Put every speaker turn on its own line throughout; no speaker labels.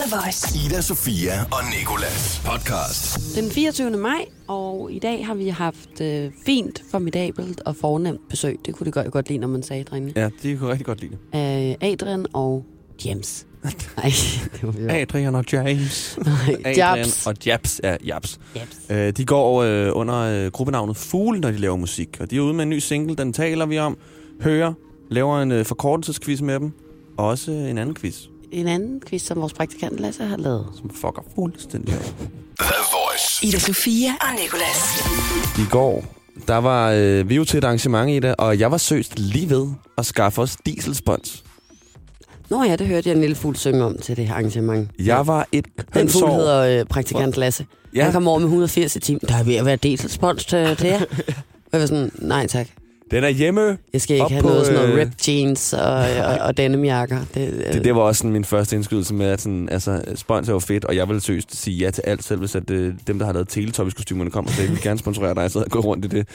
The Voice.
Ida, Sofia og Nikolas podcast.
Den 24. maj, og i dag har vi haft øh, fint, formidabelt og fornemt besøg. Det kunne det godt, godt lide, når man sagde drengene.
Ja, de kunne rigtig godt lide det.
Af Adrian og James. Nej, det var jo.
Adrian og James.
Nej,
Adrian
Jobs.
og Japs. Ja, Japs.
Jobs.
Øh, de går øh, under øh, gruppenavnet Fugle, når de laver musik. Og de er ude med en ny single, den taler vi om. Hører, laver en øh, forkortelsesquiz med dem. Og også øh, en anden quiz,
En anden quiz, som vores praktikant Lasse har lavet.
som fucker fuldstændig op.
The Voice.
Ida Sofia og Nicolas.
I går, der var øh, vi jo til et arrangement i det, og jeg var søst lige ved at skaffe os dieselspons.
Nå ja, det hørte jeg en lille fugl synge om til det her arrangement.
Jeg var et
Den fugl
kønsår.
hedder øh, praktikant Lasse. Ja.
Ja.
Han kom over med 180 i timen. Der er ved at være delspons til, til jer. Og jeg var sådan, nej tak.
Den er hjemme.
Jeg skal ikke
Op
have
på,
noget sådan noget
øh,
ripped jeans og, og, og denimjakker. Det, øh,
Det, det var også sådan min første indskydelse med, at sådan, altså, spons er jo fedt, og jeg ville seriøst sige ja til alt, selv hvis at, øh, dem, der har lavet teletoppiskostymerne, kom og sagde, vi vil gerne sponsorere dig, så havde jeg gået rundt i det.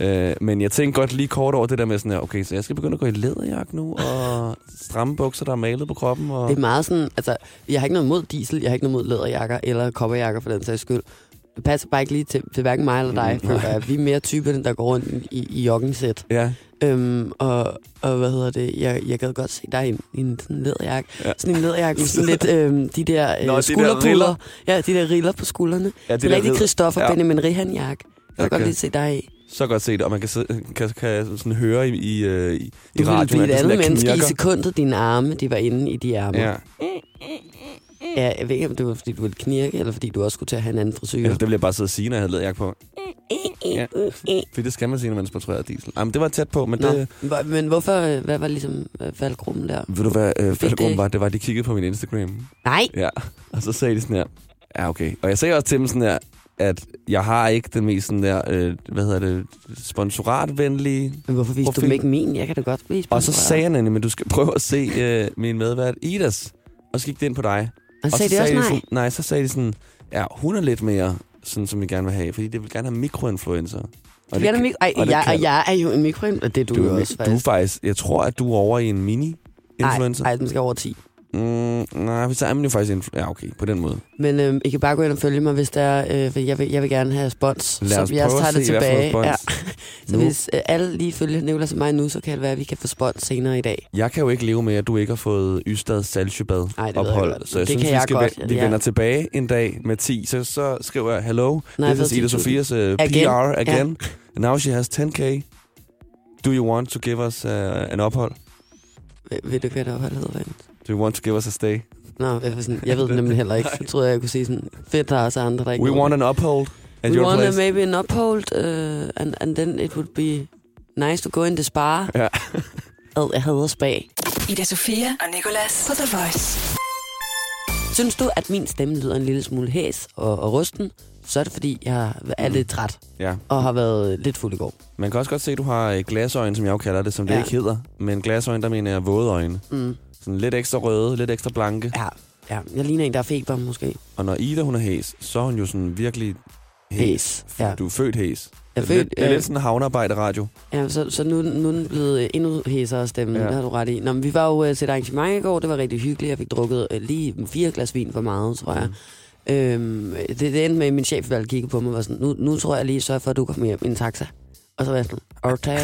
Øh, men jeg tænkte godt lige kort over det der med sådan her, okay, så jeg skal begynde at gå i læderjakke nu, og stramme bukser, der er malet på kroppen. Og...
Det er meget sådan, altså, jeg har ikke noget mod diesel, jeg har ikke noget mod læderjakker eller kopperjakker for den sags skyld. Det passer bare ikke lige til, til hverken mig eller dig,
Mm,
for jeg. vi er mere typen, der går rundt i, i joggingsæt.
Ja,
Øhm, og, og hvad hedder det, jeg, jeg gad godt se dig i en, i en sådan læderjakke. Ja.
Ja.
Sådan en læderjakke med sådan lidt øhm, de der øh,
Nå, de der
skulderpuller.
riller.
ja, de der riller på skuldrene.
ja
Det er rigtig
ved-
Christoffer ja.
Ja.
Benjamin Rihan-jakke. Jeg kan okay. godt
Okay.
lige se dig i.
Så godt set, og man kan, sidde, kan, kan sådan høre i, i, øh, i, i
Du ville
radioen,
blive
at
et
det sådan
andet
der
menneske i
knirker.
sekundet, dine arme, de var inde i de arme.
Ja,
Ja, jeg ved ikke, om det var, fordi du ville knirke, eller fordi du også skulle til at have en anden frisyr.
Ellers, det ville jeg bare sidde og sige, når jeg havde læderjakke på. Ja. Fordi det skal man sige, når man sponsorerer diesel. Jamen, det var tæt på, men
Nå,
det,
hvor- men hvorfor, øh, hvad var ligesom øh, faldgruppen der?
Ved du hvad øh,
det-
faldgruppen var? Det var, at de kiggede på min Instagram.
Nej,
Ja. Og så sagde de sådan her, ja okay. Og jeg sagde også til dem sådan her, at jeg har ikke den mest sådan der, øh, hvad hedder det, sponsoratvenlige.
men hvorfor viste du
Profil.
dem ikke min? Jeg kan da godt blive
Og så
sponsoreret.
sagde jeg nemlig, men du skal prøve at se øh, min medvært Idas. Og så gik det ind på dig.
og så
så
sagde det også
de
nej.
Sådan, nej, så sagde de sådan, ja, hun er lidt mere sådan, som vi gerne vil have. Fordi det vil gerne have mikroinfluencer. Og
Og det,
kan-
mik- Ej,
og det
jeg,
kan-
og jeg er jo en mikroin, og det er du,
du,
jo
er
også
mi- du er
faktisk.
faktisk, jeg tror, at du er over i en mini-influencer.
Nej, den skal over 10.
Mm, nej, så er man jo faktisk influ- Ja, okay, på den måde.
Men øhm, I kan bare gå ind og følge mig, hvis der er, øh, for jeg vil, jeg vil gerne have spons.
Lad
så
os
vi også
prøve at
tager det
se, hvad for noget
tilbage.
spons.
Så
Nu.
hvis øh, alle lige følger Nicolas og mig nu, så kan det være, at vi kan få spons senere i dag.
Jeg kan jo ikke leve med, at du ikke har fået Ystad Salsjøbad
Ej, det ved jeg
ophold.
godt.
Så jeg
Det
synes,
kan
vi,
jeg
skal
godt,
ve- vi
ja.
vender tilbage en dag med 10. Så, så skriver jeg, hello,
jeg har
this is
fået
Ida
10.000.
Sofias uh, PR
Again.
again. Now she has 10k. Do you want to give us uh, an ophold?
Ved- Ved du, hvad der ophold hedder? Vand?
Do you want to give us a stay?
Nå, jeg, var sådan, jeg ved det nemlig heller ikke. Så troede jeg, jeg kunne sige sådan, fedt, der er også andre, der ikke
We
ved det.
want an uphold at
we
your
want
place.
maybe an uphold, uh, and, and then it would be nice to go in the spa.
Ja.
Ad, jeg hader spa.
Ida Sofia og Nicolas på The Voice.
Synes du, at min stemme lyder en lille smule hæs og, og rusten, så er det fordi, jeg er lidt træt
ja.
og har været lidt fuld i går.
Man kan også godt se, at du har øh, glasøjne, som jeg jo kalder det, som det
Ja.
ikke hedder. Men glasøjne, der mener jeg våde øjne.
Mm.
Sådan lidt ekstra røde, lidt ekstra blanke.
Ja, ja, jeg ligner en, der er feber måske.
Og når Ida, hun er hæs, så er hun jo sådan virkelig
Hæs,
hæs.
ja.
Du er født hæs.
Jeg
det, er
følte,
lidt, det er
ja.
lidt sådan en havnearbejderradio.
Ja, så, så nu, nu er den blevet øh, endnu hæsere stemmen, ja.
Ja.
det har du ret i. Nå, men vi var jo øh, til et arrangement i går, det var rigtig hyggeligt. Jeg fik drukket øh, lige fire glas vin for meget, tror jeg. Mm. Øhm, det, det endte med, at min chef valgte kiggede på mig og var sådan, nu, nu tror jeg lige, sørg for, at du kommer hjem i en taxa. Og så var jeg sådan, okay.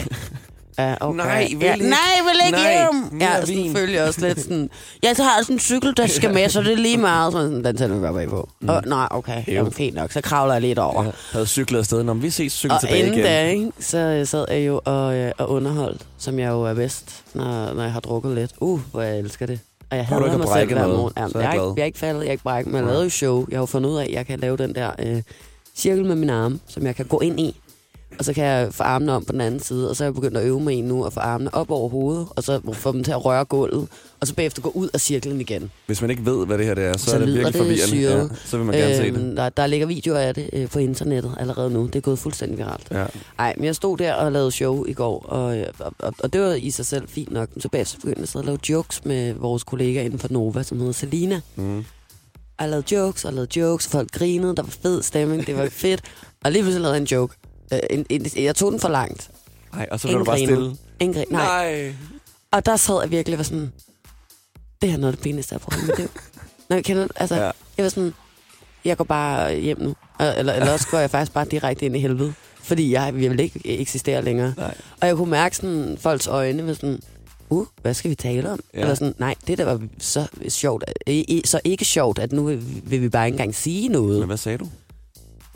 Ja, okay.
Nej, vil
ja,
ikke.
Nej, vil ikke
Nej,
hjem.
mere
Ja, sådan
vin.
følte jeg også lidt sådan, ja, så har jeg sådan en cykel, der skal med, så det er lige meget. Så var jeg sådan, den tager du godt bag på. Mm. Og, nej, okay, jamen, fint nok, så kravler jeg lidt over.
Jeg havde cyklet afsted. Nå, men vi ses cykle
Og
tilbage
inden
igen.
da, ikke, så øh, sad jeg jo og, øh, og underholdt, som jeg jo er bedst, når, når jeg har drukket lidt. Uh, hvor jeg elsker det. Og jeg
Prøver du
hader
ikke at
mig selv
brække
hver
noget,
morgen. Jamen,
så er
jeg,
jeg
er ikke,
glad.
jeg er ikke faldet, jeg er ikke brækket, men jeg lavede jo show. Jeg har jo fundet ud af, at jeg kan lave den der øh, cirkel med mine arme, som jeg kan gå ind i. Og så kan jeg få armene om på den anden side, og så er jeg begyndt at øve mig en nu og få armene op over hovedet, og så få dem til at røre gulvet, og så bagefter gå ud af cirklen igen.
Hvis man ikke ved, hvad det her det er, så,
Så
er det
lyder
virkelig
det
forvirrende.
syret.
Ja, så vil man gerne se det.
Øhm, Der, der ligger videoer af det øh, på internettet allerede nu. Det er gået fuldstændig viralt.
Ja.
Nej, men jeg stod der og lavede show i går, og, øh, og, og, og det var i sig selv fint nok. Men så bagefter begyndte jeg at sidde og lave jokes med vores kollega inden for Nova, som hedder Selina.
Mm.
Og jeg lavede jokes, og jeg lavede jokes, og folk grinede, der var fed stemning, det var fedt. Og lige pludselig lavede jeg en joke. Øh, en, en, jeg tog den for langt.
Ej, og så blev
Ingen
du bare
grinede.
stille.
Ingen grin, nej.
Nej.
Og der sad jeg virkelig og var sådan, det her er noget af det pinligste, jeg har prøvet i mit liv. Nå, kender, du- altså,
Ja.
ja. jeg var sådan, jeg går bare hjem nu. Og- Eller, eller også går jeg faktisk bare direkte ind i helvede. Fordi jeg, jeg vil ikke eksistere længere.
Nej.
Og jeg kunne mærke sådan, folks øjne med sådan, uh, hvad skal vi tale om?
Ja.
Ja. Eller sådan, nej, det der var så sjovt, i- i- så ikke sjovt, at nu vil, vil vi bare ikke engang sige
Men
noget.
hvad sagde du?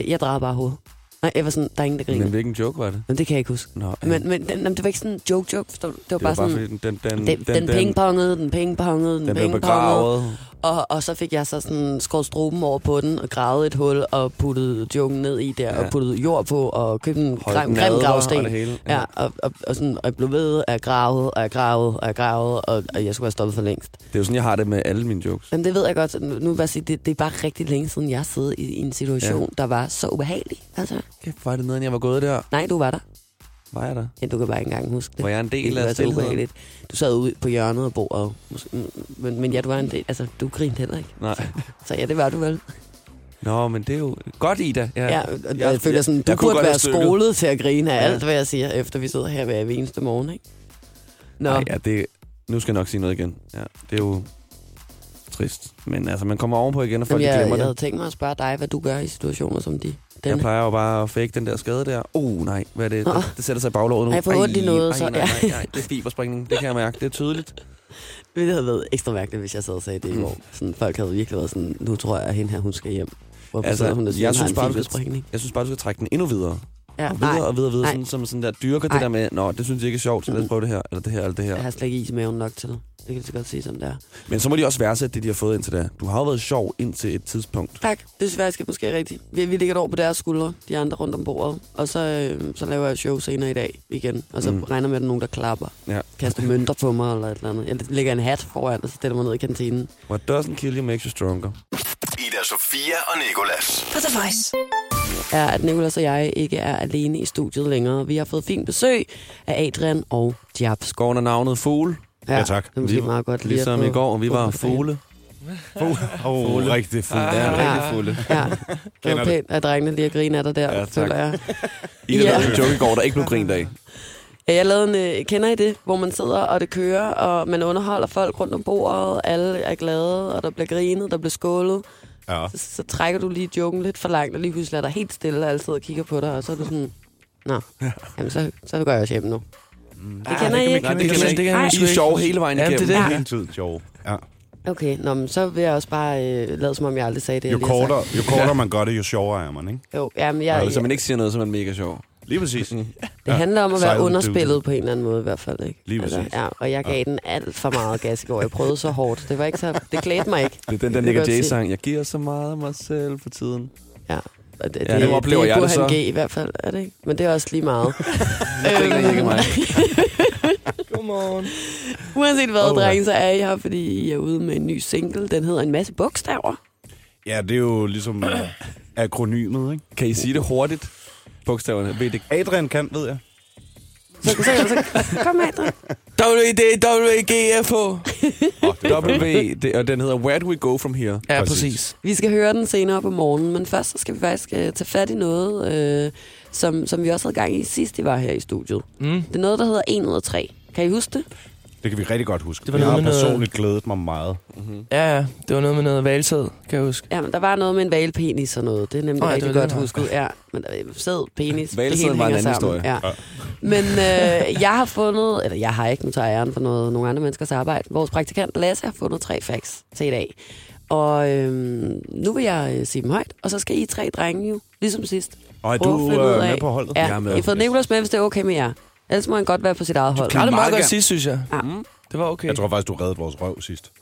Jeg drejer bare hovedet. Nej, jeg var sådan, der er ingen, der griner.
Men
Men,
hvilken joke var det?
det kan jeg ikke huske.
Nå, ja.
Men, men den, jamen, det var ikke sådan en joke-joke, forstår du? Det var
det var
bare
bare
sådan,
fordi den, den, den,
den, den, den pingpongede, den pingpongede, den,
den blev
pingpongede.
begravet.
Og, og så fik jeg så sådan skåret struben over på den, og gravet et hul, og puttet jungen ned i der,
Ja.
ja. og puttet jord på, og købte en
Holdt
grim,
den
grim
adler
gravsten.
og det hele. Ja.
Ja, og, og, og, sådan, og jeg blev ved, og jeg gravede, og jeg gravede, og jeg gravede, og, og jeg skulle have stoppet for længst.
Det er jo sådan, jeg har det med alle mine jokes.
Men det ved jeg godt. Nu nu vil jeg bare sige, det, det er bare rigtig længe siden, jeg sad i, i en situation, ja. der var så ubehagelig. Altså,
Kæft, var det neden, jeg var gået der.
nej, du var der.
Var jeg der?
Ja, du kan bare ikke engang huske det.
Var jeg en del
Det
af
var så
stillheden?
ubehageligt. Du sad ude på hjørnet af bordet. Men, men ja, du var en del. Altså, du grinede heller ikke.
Nej.
Så ja, det var du vel.
Nå, men det er jo... Godt, Ida. Ja,
Ja, og jeg, jeg føler sådan,
kunne
du burde
godt
være
have stykket.
skolet til at grine af
Ja.
ja. alt, hvad jeg siger, efter vi sidder her hver eneste morgen, ikke? Nå,
Ej, ja, det, nu skal jeg nok sige noget igen. Ja, det er jo trist. Men altså, man kommer ovenpå igen, og folk
Jamen,
Jamen,
jeg,
glemmer
jeg havde
det.
tænkt mig at spørge dig, hvad du gør i situationer som de. Den
Jeg plejer jo bare at fake den der skade der. Oh, nej, hvad er det?
Åh.
Det, det sætter sig i baglåret nu.
Har jeg fået ondt i noget, så?
Ej, nej,
Ja.
nej, nej, det er fiberspringning. Det kan jeg mærke. Det er tydeligt.
Det havde været ekstra mærkeligt, hvis jeg sad og sagde det i
Mm.
går. Sådan, folk havde virkelig været sådan, nu tror jeg, at hende her, hun skal hjem. Hvorfor
Altså,
altså, hun der siger,
jeg
hun har
synes
en
bare, vi-
fiberspringning?
Jeg synes bare, du skal trække den endnu videre.
Ja,
og videre
nej,
og videre og videre.
Nej.
Sådan, som sådan der dyrker det
Nej.
der med, nå, det synes jeg ikke er sjovt, så lad os
Mm.
prøve det her, eller det her, eller det her.
jeg har slet ikke is i maven nok til. Det kan jeg så godt sige, som det er.
Men så må de også værdsætte det, de har fået indtil da. Du har jo været sjov indtil et tidspunkt.
Tak. Det synes jeg faktisk er måske rigtigt. Vi, vi ligger det over på deres skuldre, de andre rundt om bordet. Og så, øh, så laver jeg et show senere i dag igen. Og så
Mm.
mm. regner jeg med, at der er nogen, der klapper.
Ja.
Kaster mønter på mig eller et eller andet. Jeg lægger en hat foran, og så stiller mig ned i kantinen.
What doesn't kill you makes you stronger.
Ida Sofia og Nikolas.
På The Voice.
Er, at Nicolas og jeg ikke er alene i studiet længere. Vi har fået fint besøg af Adrian og Jabs.
Skoven er navnet Fugle.
Ja,
tak.
Det er måske meget godt lige at
Ligesom
få-
i går, vi
få
var
på banen.
fugle.
Fuld. Oh, fuld. Rigtig fuld.
Ja,
Ja.
rigtig fulde.
Ja, det
Kender
var
det.
pænt af drengene lige at grine af dig der,
Ja,
ja,
tak.
føler jeg.
I ja.
Ja.
lavede en joke i går, der ikke blev grint af.
Ja, Jeg lavede en, øh, kender I det, hvor man sidder og det kører, og man underholder folk rundt om bordet, alle er glade, og der bliver grinet, der bliver skålet.
ja.
Så, så trækker du lige joken lidt for langt, og lige pludselig er der helt stille, og alle sidder og kigger på dig, og så er du sådan, nå, jamen så, så går jeg også hjem nu. Det kender I ikke?
Nej, det kan jeg ikke.
Ej.
I er sjov hele vejen
Ja,
igennem.
det er det. Hele tiden sjov. Ja.
Okay, nå, men så vil jeg også bare øh, lade, som om jeg aldrig sagde det. jeg
Jo,
lige har sagt.
kortere, jo kortere man gør det, jo sjovere er man, ikke?
Jo, jamen, jeg,
Altså,
jeg,
man ikke siger noget, så er man mega sjov.
Lige præcis.
det handler om at være
Silent dude.
underspillet på en eller anden måde i hvert fald, ikke? Altså,
Lige præcis.
ja, og jeg gav den alt for meget gas i går. Jeg prøvede så hårdt. Det var ikke så, det klædte mig ikke.
Det er den der
Det
Nick
kan jeg godt
Jay-sang, jeg giver så meget af mig selv for tiden.
Ja. Og det,
Ja, nu oplever
det,
jeg
det
det
Burhan
så.
G i hvert fald, er det ikke? Men det er også lige meget.
Det griner I ikke af mig.
Uanset hvad,
Åh,
oh,
ja.
drenge, så er I her, fordi I er ude med en ny single. Den hedder en masse bogstaver.
Ja, det er jo ligesom øh, akronymet, ikke?
Kan I sige det hurtigt? Bogstaverne. VD.
Adrian kan, ved jeg.
Så, så, så, så kom med, dreng.
WD, WGFH.
Oh, det
W, det, og den hedder Where Do We Go From Here.
Ja, præcis.
Vi skal høre den senere på morgenen, men først så skal vi faktisk øh, tage fat i noget, øh, som, som vi også havde gang i sidst, I var her i studiet. Mm. Det er noget, der hedder 1 ud af 3. Kan I huske det?
det kan vi rigtig godt huske. Det
Det var
jeg
noget
har
med noget-
personligt glædet mig meget.
Ja, ja. Det var noget med noget valgsæd, kan jeg huske.
Jamen, der var noget med en valpenis og noget. Det er nemlig
Nå, ja,
oh,
det
rigtig
var
godt
det, der var.
husket. Ja, men øh, sæd, penis, det
Hvalsæden
hele
var en
hænger
anden
sammen.
historie.
Ja. Men øh, jeg har fundet, eller jeg har ikke, nu tager jeg æren for noget, nogle andre menneskers arbejde. Vores praktikant Lasse har fundet tre facts til i dag. Og øh, nu vil jeg øh, sige dem højt, og så skal I tre drenge jo, ligesom sidst.
Og er
prøve
du
at finde ud
øh,
af-
med på holdet?
Ja,
Jeg er med.
I får Nicolas med, hvis det er okay med jer. Ellers må han godt være på sit eget hold.
Klarede det
meget
meget godt
gerne.
sidst, synes jeg.
Ja.
Mm. Det var okay.
Jeg tror faktisk, du reddede vores røv sidst.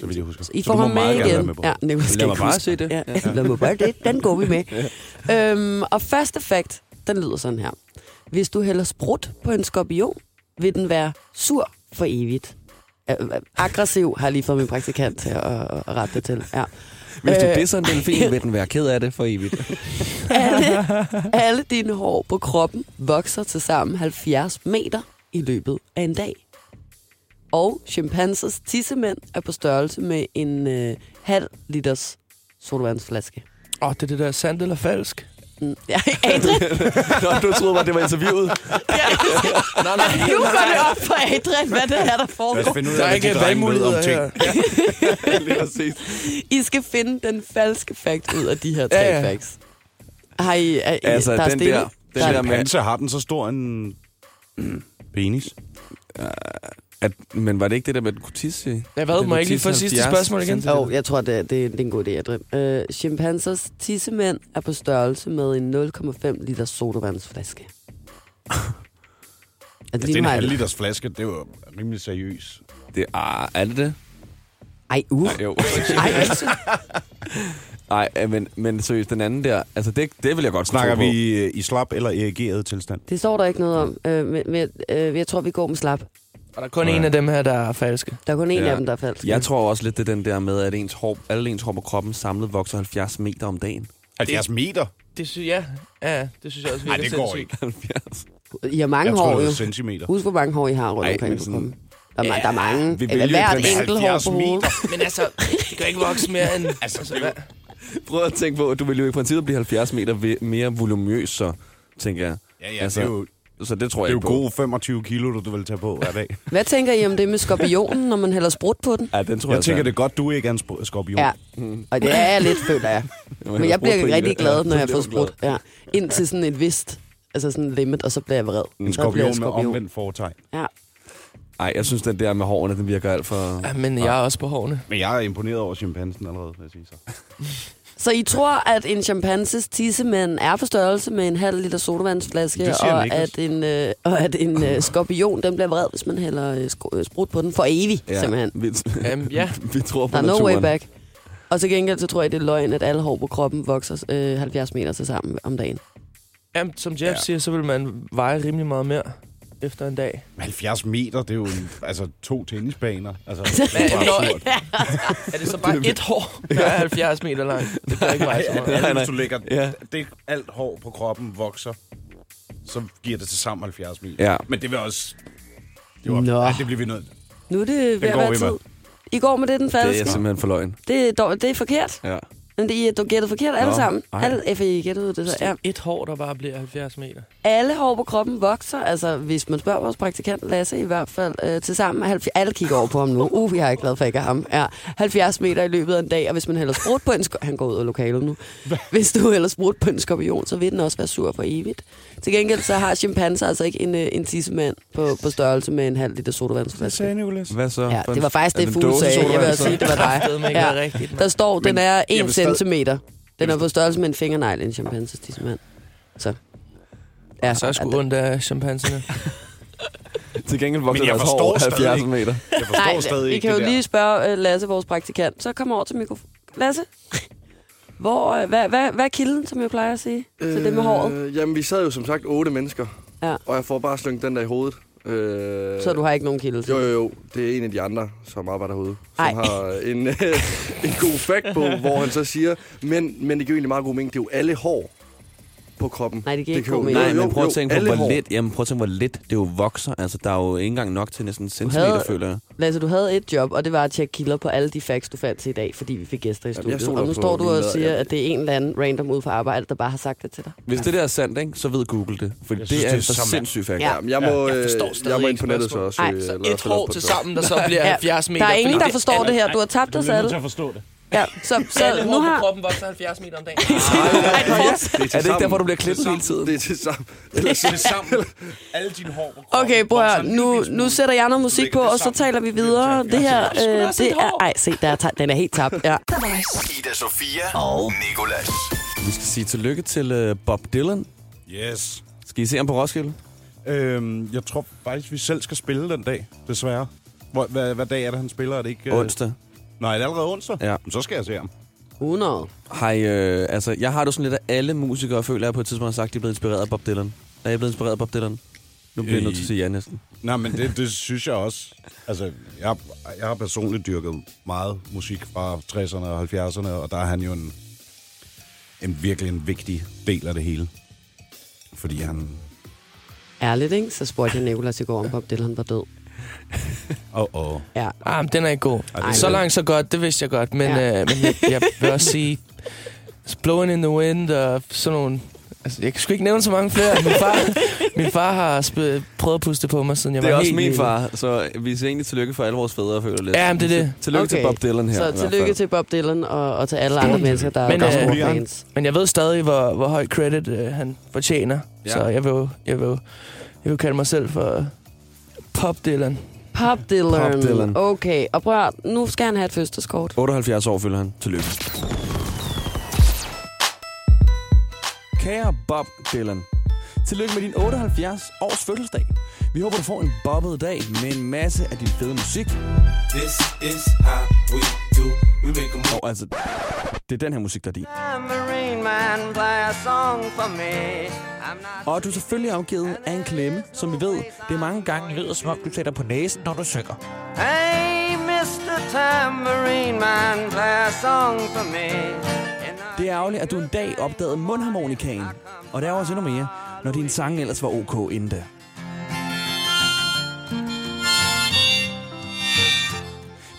Det vil jeg huske.
I
Så
får
du må
ham med
meget gerne være
igen.
Med på
ja,
holdet.
Nicolas
Lad
kan
mig
ikke
bare
huske
se det.
Ja, ja. lad mig bare det. Den går vi med. øhm, og første fakt, den lyder sådan her. Hvis du hælder sprut på en skorpion, vil den være sur for evigt. Øh, aggressiv har jeg lige fået min praktikant til at, at rette det til. Ja.
Hvis du
Øh,
disser en delfin, vil den være ked af det for evigt.
alle, alle dine hår på kroppen vokser til sammen 70 meter i løbet af en dag. Og chimpansers tissemænd er på størrelse med en øh, halv liters sodavandsflaske. Mm,
Åh, oh, det er det der sandt eller falsk.
sådan, ja, Adrian,
Nå, du troede bare, det var interviewet.
ja.
Nå, nej.
nu går det op for Adrian, hvad det er, der
Lad os
foregår.
finde ud
Der
af,
er
hvad
ikke
de drenge ved om
valgmuligheder
ting.
her.
Lige præcis.
I skal finde den falske fakt ud af de her tre
Ja,
ja,
ja.
ja. facts. Har I, er, I-
Altså,
der er
den
stille?
der- den
er-
der med-
Hansa har den så stor en penis.
At, men var det ikke det der med den kunne tisse?
Ja, hvad?
Den
Må jeg
kunne
ikke lige få
tisse
sidste
70
spørgsmål igen?
centimeter.
Jo, jeg tror, det er, det, er, det er en god idé, Adrian. Øh, chimpansers tissemænd er på størrelse med en 0,5 liter sodavandsflaske. er det
Altså, Det er
lige
en
mig?
halv
eller-
liters flaske, det er jo rimelig seriøs.
Det, ah, er det det?
Ej, uh.
Nej, jo.
Ej, altså.
Nej, men, men seriøst, den anden der, altså det, det vil jeg godt kunne
Snakker
tro på.
vi øh, i slap eller erigeret tilstand?
Det står der ikke noget om, øh, men, men øh, jeg tror, vi går med slap.
Og der er kun en af dem her, der er falske.
Der er kun en
Ja.
ja. af dem, der er falsk.
Jeg tror også lidt, det er den der med, at ens hår, alle ens hår på kroppen samlet vokser 70 meter om dagen.
70 Altså, meter?
Det synes jeg. Ja, ja, det synes jeg også
Nej, det går ikke.
70.
I har mange
Jeg tror,
hår,
det
jo.
er centimeter.
Husk, hvor mange hår I har rundt
Ej,
omkring
men
på
sådan-
kroppen. Der er, ja, der er mange.
vi
Vi
vælger
hvert
den
enkelt hår på
70
hovedet.
meter.
Men altså, det kan jo ikke vokse mere end... Altså, hvad?
Prøv at tænke på, at du vil jo i princippet blive 70 meter ve- mere volumøs, så tænker jeg. Altså,
Ja, ja, det er jo, det
Så det tror
er
jeg
jo
ikke på.
gode 25 kilo, du, du vil tage på hver dag.
Hvad tænker I om det med skorpionen, når man hælder sprut på den?
Ja, den tror jeg,
Jeg tænker,
altså.
det er godt, du ikke er en sp- skorpion.
Ja, og det er jeg lidt, føler jeg. Men jeg
sprudt på
bliver rigtig
en,
glad,
ja.
når
Så
jeg
bliver
får
du glad.
sprudt. Ja. Indtil sådan et vist altså sådan et limit, og så bliver jeg vred.
Mm,
En
Så bliver
skorpion
jeg
med omvendt foretegn.
Ja.
Ej, jeg synes, den der med hårene, den virker alt for...
Ja, men jeg er også på hårene.
Men jeg er imponeret over chimpansen allerede, vil jeg sige så.
Så I tror, at en chimpanses tissemand er på størrelse med en halv liter sodavandsflaske,
Det siger
og
Niklas.
at, en, øh, og at en øh, skorpion den bliver vred, hvis man hælder øh, sko- øh, sprut på den for evigt, ja. simpelthen.
Vi,
Jamen, ja.
vi tror på
Der er no
naturen.
way back. Og til gengæld så tror jeg, det er løgn, at alle hår på kroppen vokser øh, 70 meter til sammen om dagen.
Jamen, som Jeff
Ja.
siger, så vil man veje rimelig meget mere efter en dag.
70 meter, det er jo en, altså to tennisbaner. Altså,
Men,
det er
når-
bare absurd.
er det så bare et hår, der er 70 meter langt? Det kan ikke veje så meget.
Alle,
nej.
Hvis du lægger
Ja.
ja. det, alt hår på kroppen vokser, så giver det til sammen 70 meter.
Ja.
Men det vil også... Det, var,
Nå.
Ej, det bliver vi nødt
Nu er det ved at
går
være
vi med.
tid. I går med det, den
Det
falske.
er simpelthen for løgn.
Det er, dår- det er forkert.
Ja.
Men det er, du gættede forkert alle
Nå,
sammen.
ej.
Alle F, E I gættede det. Så. Ja.
Et hår, der bare bliver 70 meter.
Alle hår på kroppen vokser. Altså, hvis man spørger vores praktikant Lasse i hvert fald, øh, til sammen 70, alle kigger over på ham nu. Uh, jeg er ikke glad for, at jeg ikke er ham. Ja, 70 meter i løbet af en dag, og hvis man hælder sprut på en sko- Han går ud af lokalet nu. Hvis du hælder sprut på en skorpion, så vil den også være sur for evigt. Til gengæld så har chimpanser altså ikke en, øh, en tissemand på, på størrelse med en halv liter sodavandsflaske.
Nicolas.
Hvad så?
Ja, det var faktisk
Er
det,
den
Fugle
dåse altså?
sagde. Jeg vil
sodavand,
også sige, det var
Kraftedeme
dig.
ikke
Ja.
være rigtigt, mand.
Der står, den er
jeg
1
vil stadig-
centimeter. Den er på størrelse med en fingernegl, en chimpanse, tissemand. Så. Ja,
Så er jeg sgu
ja,
ondt af chimpanserne.
Til gengæld vokser
Men jeg
deres hår
forstår stadig
70
ikke.
meter.
Jeg forstår Nej, stadig
vi
ikke
kan jo
det der.
lige spørge øh, Lasse, vores praktikant. Så kom over til mikrofonen. Lasse, hvor, øh, hvad, hvad, hvad er kilden, som jeg plejer at sige? Så det med håret.
Øh, jamen, vi sad jo som sagt otte mennesker,
Ja.
og jeg får bare slynget den der i hovedet. Øh,
Så du har ikke nogen kilde til
Jo, jo,
det.
jo. Det er en af de andre, som arbejder herude, som
Ej.
har en, øh, en god fact på, hvor han så siger, men, men det giver egentlig meget god mening, det er jo alle hår på kroppen.
Nej, det giver ikke
kan jo-
god mening.
Nej,
jo,
men prøv at
jo,
tænke på,
alle
hvor
hår.
lidt, jamen, prøv at tænke, hvor lidt det jo vokser. Altså, der er jo ikke engang nok til næsten en centimeter,
havde-
føler jeg.
Lasse, du havde et job, og det var at tjekke kilder på alle de facts, du fandt til i dag, fordi vi fik gæster i studiet.
stoler
og nu
på
står du
mine
og
medarbejder.
siger, at det er en eller anden random ude for arbejde, der bare har sagt det til dig.
Hvis det der er sandt, ikke, så ved Google det. For det,
synes,
er
det
en
er
for
så mand-
sindssyg fakt.
Ja.
Jamen, jeg må,
Jeg
jeg,
forstår
jeg
stadig
må
ikke
internet så
spørgsmålet.
også.
Ej,
øh,
så
lad
Et
os få lavet
hår
på
til
det.
sammen, der så bliver 70 meter.
Der er ingen,
fordi
der forstår det her. Du har tabt os alle.
forstå det.
Ja, så, så
Alle
nu
hår på
har...
kroppen vokser 70 meter om dagen.
Ej, fortsæt.
Det er, til
Er det ikke
sammen.
derfor, du bliver klippet hele tiden?
Det er til sammen. Ellers,
Det sammen. Alle dine hår på kroppen.
Okay, prøv at høre.
vokser en
nu,
lille smule.
nu sætter jeg noget musik
Lægger
på,
det
og så
sammen.
taler vi videre. Det her, øh,
også
det
et
er...
hår.
Ej, se, der er, ta- den er helt tabt. Ja.
The Voice.
Ida Sofia og Nikolas.
Vi skal sige tillykke til øh, Bob Dylan.
Yes.
Skal I se ham på Roskilde?
Øhm, jeg tror faktisk, vi selv skal spille den dag, desværre. Hvor, hvad, hvad dag er det, han spiller? Er det ikke... øh,
Onsdag.
Nej, er det allerede onsdag?
Ja.
Men så skal jeg se ham.
100.
Hej, øh, altså, jeg har det sådan lidt, at alle musikere føler, at jeg på et tidspunkt har sagt, at de er blevet inspireret af Bob Dylan. Er jeg blevet inspireret af Bob Dylan? Nu bliver jeg nødt til at sige ja næsten.
Nej, men det, det synes jeg også. Altså, jeg, jeg har personligt dyrket meget musik fra 60'erne og 70'erne, og der er han jo en, en virkelig en vigtig del af det hele. Fordi han...
Ærligt, ikke? Så spurgte jeg Nicolas i går, om Bob Dylan var død.
Åh, oh, oh.
Ja.
Ah, men den er ikke god.
det-
så langt, så godt. Det vidste jeg godt. Men,
Ja.
ja. øh, men jeg, jeg vil også sige, Blowing in the Wind og sådan nogle Altså, jeg kan sgu ikke nævne så mange flere. Min far, min far har sp- prøvet at puste på mig, siden jeg
Det er
var
også
helt
min
lille.
far, så vi siger egentlig tillykke for alle vores fædre, føler jeg lidt.
Ja, men det er det.
Tillykke okay. til
Okay.
Bob Dylan her. i hvert
Så
fald.
tillykke til Bob Dylan og, og til alle andre mennesker, der
Men,
er
øh,
store fans.
Men jeg ved stadig, hvor, hvor høj credit øh, han fortjener.
Ja.
Ja. Så jeg vil, jo- jeg, vil, jo- jeg vil kalde mig selv for øh, Pop Dylan.
Pop Dylan.
Bob Dylan.
Okay, og prøv at, høre, nu skal han have et fødselskort.
78 år fylder han. Tillykke. Kære Bob Dylan, tillykke med din 78 års fødselsdag. Vi håber, du får en bobbet dag med en masse af din fede musik.
This is how we do. We make 'em
Og altså, det er den her musik, der er din. Og du er selvfølgelig afgivet af en klemme, som vi ved, det er mange gange lyder, som om du sætter på næsen, når du synger.
Hey, Mr. Tambourine Man, play a song for me.
Det er ærgerligt, at du en dag opdagede mundharmonikaen. Og der er også endnu mere, når din sang ellers var ok inden da.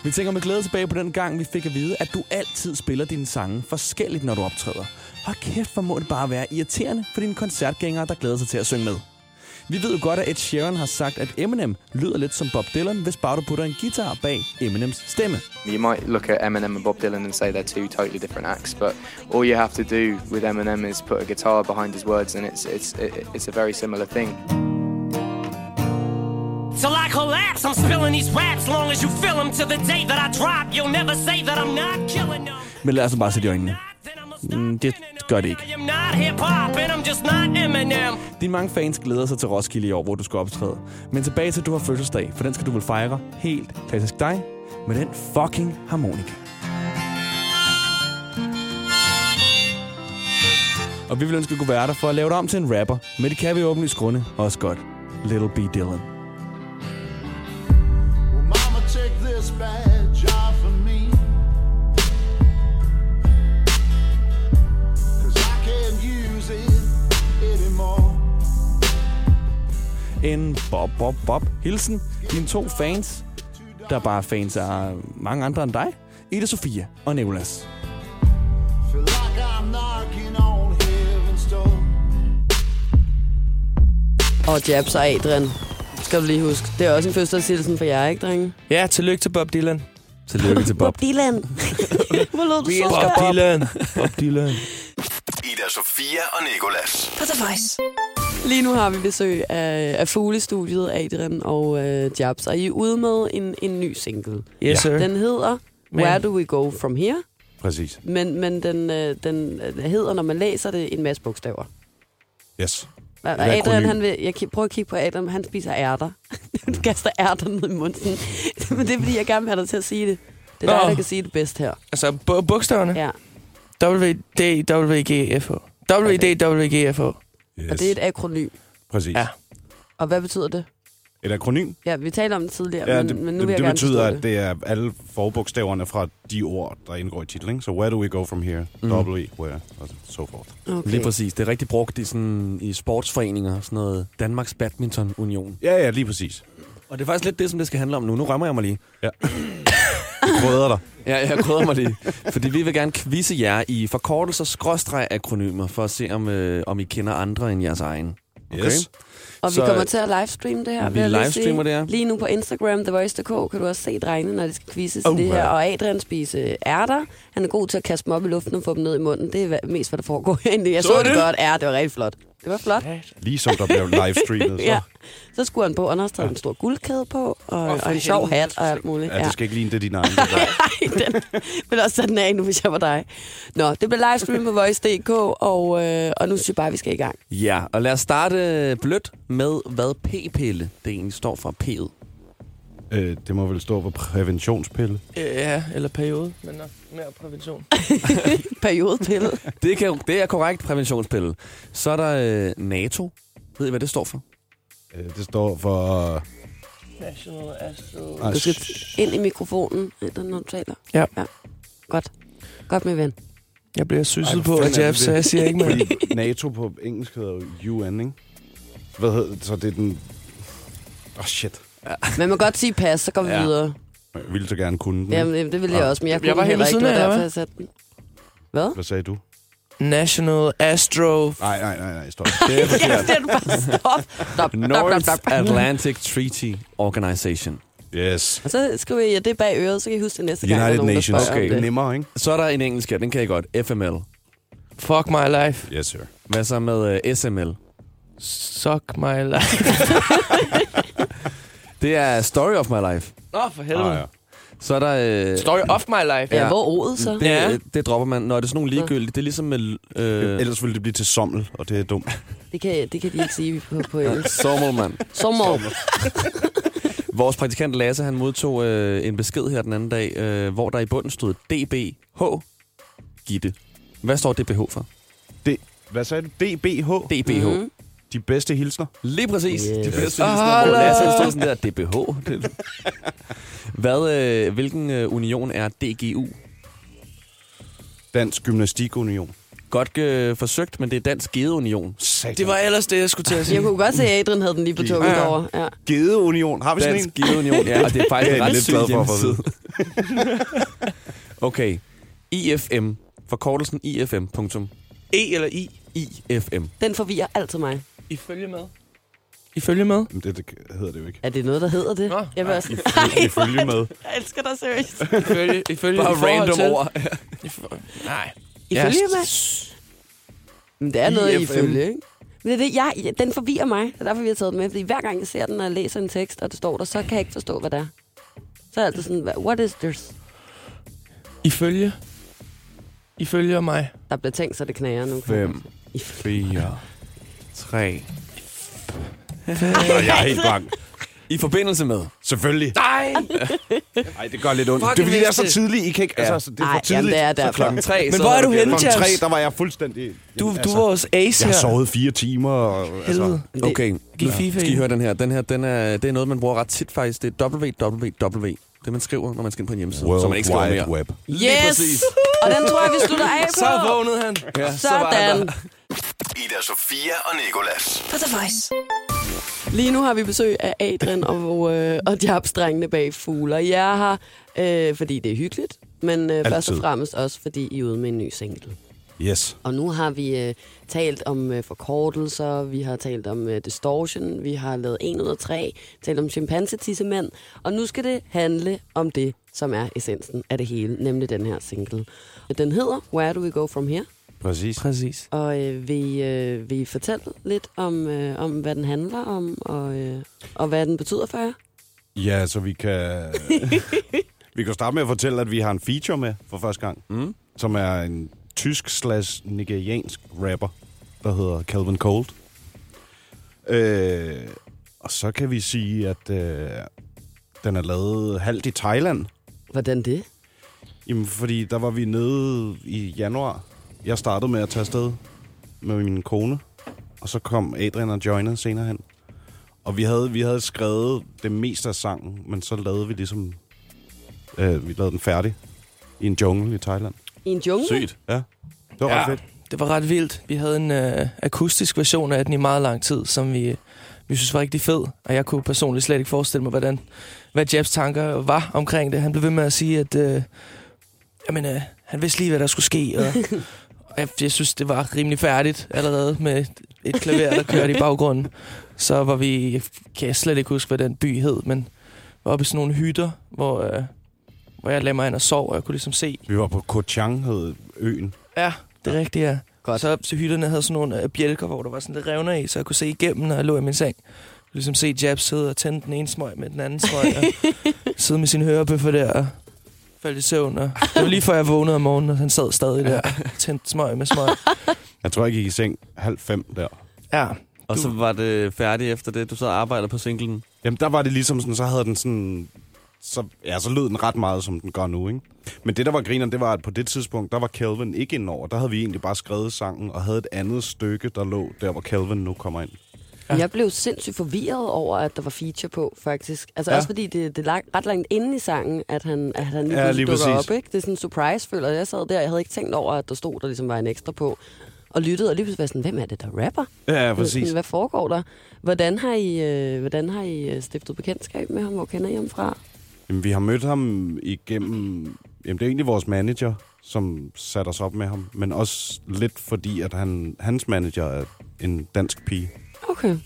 Vi tænker med glæde tilbage på den gang, vi fik at vide, at du altid spiller dine sange forskelligt, når du optræder. Og kæft, hvor må det bare være irriterende for dine koncertgængere, der glæder sig til at synge med. Vi ved jo godt, at Ed Sheeran har sagt, at Eminem lyder lidt som Bob Dylan, hvis bare du putter en guitar bag Eminems stemme.
You might look at Eminem and Bob Dylan and say they're two totally different acts, but all you have to do with Eminem is put a guitar behind his words, and it's it's it- it's a very similar thing.
Till I collapse, I'm spilling these raps long as you feel them. Till the day that I drop, you'll never say that I'm not killing them.
Men lad os nu bare sætte i øjnene.
Then I'm a
Mm, det gør det ikke.
I am not hip hop, and I'm just not Eminem.
Dine mange fans glæder sig til Roskilde i år, hvor du skal optræde. Men tilbage til, at du har fødselsdag, for den skal du vel fejre helt klassisk dig med den fucking harmonika. Og vi vil ønske at kunne være der for at lave dig om til en rapper, men det kan vi åbenlyst grunde også godt. Little B. Dylan.
Mama, take this bad job for me. Cause I can't use it anymore.
En bob, bob, bob hilsen. Dine to fans, der bare er fans af mange andre end dig. Ida Sofia og Nicolas.
Feel like I'm knocking on heaven's door.
Og Jabs og Adrian. Skal du lige huske. Det er også en fødselsdagshilsen for jer, ikke, drenge?
Ja, tillykke til Bob Dylan.
Tillykke til Bob.
Dylan. Hvor lød du så
Bob
godt?
Dylan. Bob Dylan.
Ida Sofia og Nikolas.
På The Voice.
Lige nu har vi besøg af, af Fuglestudiet, Adrian og øh, Jabs. Og I er ude med en, en ny single.
Yes, sir.
Den hedder
Men-
Where Do We Go From Here?
Præcis.
Men, men den, øh, den øh, hedder, når man læser det, en masse bogstaver.
Yes.
Og
akronym.
Adrian, han vil, jeg ki- prøver at kigge på Adam, han spiser ærter. han kaster ærter ned i munden. men det er, fordi jeg gerne vil have dig til at sige det. Det er dig,
Nå.
der kan sige det bedst her.
Altså, bu- bogstaverne.
Ja.
W-D-W-G-F-H. W-D-W-G-F-H.
yes.
Og det er et akronym.
Præcis.
Ja.
Og hvad betyder det?
Et akronym.
Ja, vi talte om det tidligere,
Ja,
men,
det,
men nu
det,
vil jeg
det
gerne
betyder,
forstå
at det er alle forbogstaverne fra de ord, der indgår i titlen. ikke? Så where do we go from here?
Mhm.
Mm. W, where, og so forth.
Okay.
Lige præcis. Det er rigtig brugt i, sådan, i sportsforeninger, sådan noget Danmarks Badminton Union.
Ja, ja, lige præcis.
Og det er faktisk lidt det, som det skal handle om nu. Nu rømmer jeg mig lige.
Rødder dig.
Ja, jeg krydder mig lige. Fordi vi vil gerne quizze jer i forkortelser, skråstreg akronymer, for at se, om, øh, om I kender andre end jeres egen. Okay?
Yes.
Og vi
Så-
kommer til at livestreame det her.
Vi
vil jeg lige
livestreamer
sige.
det her.
Lige nu på Instagram, TheVoice.dk, kan du også se drengene, når de skal quizzes oh,
Oh,
det her.
ja.
Og Adrian spiser ærter. Han er god til at kaste dem op i luften og få dem ned i munden. Det er hva- mest, hvad der foregår herinde. Jeg så,
Så
det
det?
godt. Ja, det var rigtig flot. Det var flot.
Ligesom der blev livestreamet. Så.
Ja. Så skulle han på, og han har en stor guldkæde på, og, oh, og en sjov hat og alt muligt.
Ja, det skal ikke ligne det, dine egne. det
Ej,
der.
den ville også tage den af nu, hvis jeg var dig. Nå, det blev livestream på Voice.dk, og, øh, og nu synes jeg bare, vi skal i gang.
Ja, og lad os starte blødt med, hvad p-pille det egentlig står for. P'et.
Øh, det må vel stå på præventionspille.
Øh, Ja, eller periode. Men nok mere prævention.
Periodepille.
Det, kan, det er korrekt præventionspille. Så er der øh, NATO. Ved I, hvad det står for?
Øh, det står for...
National Astro...
Nej,
Du skal
sh-
ind i mikrofonen, Adrian, når du taler.
Ja.
ja. Godt. Godt, min ven.
Jeg bliver sysset
Ej,
på
hvor
af
fanden er
Jab,
det
så
det?
jeg siger ikke mere.
Fordi NATO på engelsk hedder jo UN, ikke? Hvad hedder det? Så det er den... Åh, oh, shit.
Man må godt sige pas, så går vi
Ja.
ja. videre.
Jeg ville så gerne kunne den.
Jamen, det ville jeg også, men jeg kunne
var
den
helt
heller ikke.
ved
Det
siden
var
af,
derfor,
eller
jeg satte den. Hvad?
Hvad sagde du?
National Astro...
Nej, nej, nej, nej, stop.
Det er forkert. det er bare stop. Stop,
North Atlantic Treaty Organization.
Yes.
Og så skriver jeg det bag øret, så kan I huske det næste gang. der er
United
nogen, der
Nations.
spørger om
Okay.
det.
Nemmere, ikke?
Så er der en engelsk her, den kan jeg godt. FML.
Fuck my life.
Yes, sir.
Hvad så med uh, SML?
Suck my life.
Det er Story of My Life.
Nå, for helvede.
Ah, ja.
Så er der... Uh,
Story of my life.
Ja,
Ja.
hvor er ordet så?
det, øh,
Ja.
det dropper man. Nå, det er sådan nogle ligegyldige. Det er ligesom med... Øh,
Ellers ville det blive til sommel, og det er dumt.
Det kan, det kan de ikke sige på, på engelsk.
Sommermand.
Sommer.
Vores praktikant Lasse, han modtog øh, en besked her den anden dag, øh, hvor der i bunden stod DBH Gitte. Hvad står DBH for?
Det, hvad sagde du? DBH?
DBH.
Mhm.
Mm.
De bedste hilsner.
Lige præcis.
Yes.
Yes. De bedste hilsner, hvor Lasse han stod sådan der, DBH. Det- Hvad, øh, hvilken øh, union er DGU?
Dansk Gymnastikunion.
Godt øh, forsøgt, men det er Dansk Gedeunion.
Satan.
Det var ellers det, jeg skulle til at
Jeg
sige.
kunne godt se, at Adrian havde den lige på tungen
Ja.
derovre. Ja.
Gedeunion. Har vi sådan en?
Dansk Gedeunion, ja, og det er faktisk
Det er
en
jeg
ret
lidt
syg
glad for at få at
hjemmeside. okay. IFM. Forkortelsen IFM. Punktum.
E eller I?
IFM.
Den forvirrer altid mig.
I følge med. I følge med?
Jamen, Det, det hedder det jo ikke.
Er det noget, der hedder det?
Nå,
jeg vil også...
I følge med.
Jeg elsker dig seriøst.
I følge, i følge i
Bare
forhold
random
til.
ord.
I for- Nej.
I
Jeg er
følge
s-
med? Men det er noget, I
IFM.
følge, ikke? Men det er det, jeg, jeg- den forvirrer mig. Det er derfor, vi har taget den med. Fordi hver gang jeg ser den, og jeg læser en tekst, og det står der, så kan jeg ikke forstå, hvad det er. Så er jeg altid sådan, what is this?
I følge. I følger mig.
Der bliver tænkt, så det knager nu.
5,
I
4, 3.
Nå, jeg er helt blank.
I forbindelse med.
Selvfølgelig.
Nej!
Nej, det gør lidt ondt.
Fucking
Det er fordi, det er så
vidste.
tidligt. I kan ikke... Altså, det er
Nej,
for
jamen,
tidligt.
det er
Så
derfor.
klokken
Tre,
Men hvor er du henne,
klokken tre,
Jams?
der var jeg fuldstændig...
Du,
Jamen, altså,
du var hos Ace
Jeg
her.
har sovet fire timer, og altså,
Helvede.
Okay,
Gik
nu
FIFA
skal I
i?
høre den her. Den her, den er, det er noget, man bruger ret tit faktisk. Det er www. Det, man skriver, når man skal ind på en hjemmeside,
World
så man ikke skriver
Wide
mere.
Web.
Lige præcis.
Yes! Og den tror jeg, vi slutter af på.
Så vågnede han. Ja.
Sådan.
Ida Sofia og Nicolas.
På The Voice.
Lige nu har vi besøg af Adrian og, øh, og Jabs-drengene bag Fugler. Jeg har, øh, fordi det er hyggeligt, men øh, først og
Altid.
fremmest også, fordi I er ude med en ny single.
Yes.
Og nu har vi øh, talt om øh, forkortelser, vi har talt om øh, distortion, vi har lavet 1 ud af 3, talt om chimpansetissemænd, og nu skal det handle om det, som er essensen af det hele, nemlig den her single. Den hedder Where Do We Go From Here?
Præcis.
Præcis.
Og øh, vil, I, øh, vil I fortælle lidt om, øh, om, hvad den handler om, og, øh, og hvad den betyder for jer?
Ja, så vi kan... vi kan starte med at fortælle, at vi har en feature med for første gang, mm. som er en tysk slash nigeriansk rapper, der hedder Calvin Cold. Øh, og så kan vi sige, at øh, den er lavet halvt i Thailand.
Hvordan det?
Jamen, fordi der var vi nede i januar. Jeg startede med at tage afsted med min kone, og så kom Adrian og Joyner senere hen. Og vi havde, vi havde skrevet det meste af sangen, men så lavede vi ligesom... Øh, vi lavede den færdig i en jungle i Thailand.
I en jungle?
Sygt.
Ja, det var ja. ret fedt.
det var ret vildt. Vi havde en øh, akustisk version af den i meget lang tid, som vi, øh, vi synes var rigtig fed. Og jeg kunne personligt slet ikke forestille mig, hvordan, hvad Jebs tanker var omkring det. Han blev ved med at sige, at øh, jamen, øh, han vidste lige, hvad der skulle ske. Og, og jeg, jeg synes, det var rimelig færdigt allerede med et klaver, der kørte i baggrunden. Så var vi, jeg kan jeg slet ikke huske, hvad den by hed, men var oppe i sådan nogle hytter, hvor, øh, hvor jeg lagde mig ind og sov, og jeg kunne ligesom se,
Vi var på Koh Chang, hed øen.
Ja, det er rigtigt, ja.
Godt.
Godt. Så, så hytterne havde sådan nogle øh, bjælker, hvor der var sådan lidt revner i, så jeg kunne se igennem, når jeg lå i min seng. Jeg kunne ligesom se Jab sidde og tænde den ene smøg med den anden smøg, og sidde med sine hørebøffer der og falde i søvn. Og det var lige før jeg vågnede om morgenen, og han sad stadig der og tændte smøg med smøg.
Jeg tror, jeg gik i seng halv fem der.
Ja,
Og så var det færdigt efter det. Du så arbejdede på singlen.
Jamen, der var det ligesom sådan, så havde den sådan... Så, ja, så lød den ret meget, som den gør nu, ikke? Men det, der var grineren, det var, at på det tidspunkt, der var Calvin ikke indover. Der havde vi egentlig bare skrevet sangen og havde et andet stykke, der lå der, hvor Calvin nu kommer ind.
Ja. Jeg blev sindssygt forvirret over, at der var feature på, faktisk. Altså ja.
Ja.
også fordi det, det er lang, ret langt inde i sangen, at han, at han lige,
Ja,
ja,
lige
lige dukker
præcis.
op. Ikke? Det er sådan en surprise, føler jeg. Jeg sad der, jeg havde ikke tænkt over, at der stod, der ligesom var en ekstra på. Og lyttede, og lige pludselig var jeg sådan, hvem er det, der rapper?
Ja,
Sådan, Hvad foregår der? Hvordan har I, øh, hvordan har I øh, stiftet bekendtskab med ham? Hvor kender I ham fra?
Jamen, vi har mødt ham igennem... Jamen, det er egentlig vores manager, som satte os op med ham. Men også lidt fordi, at han, hans manager er en dansk pige.
Okay.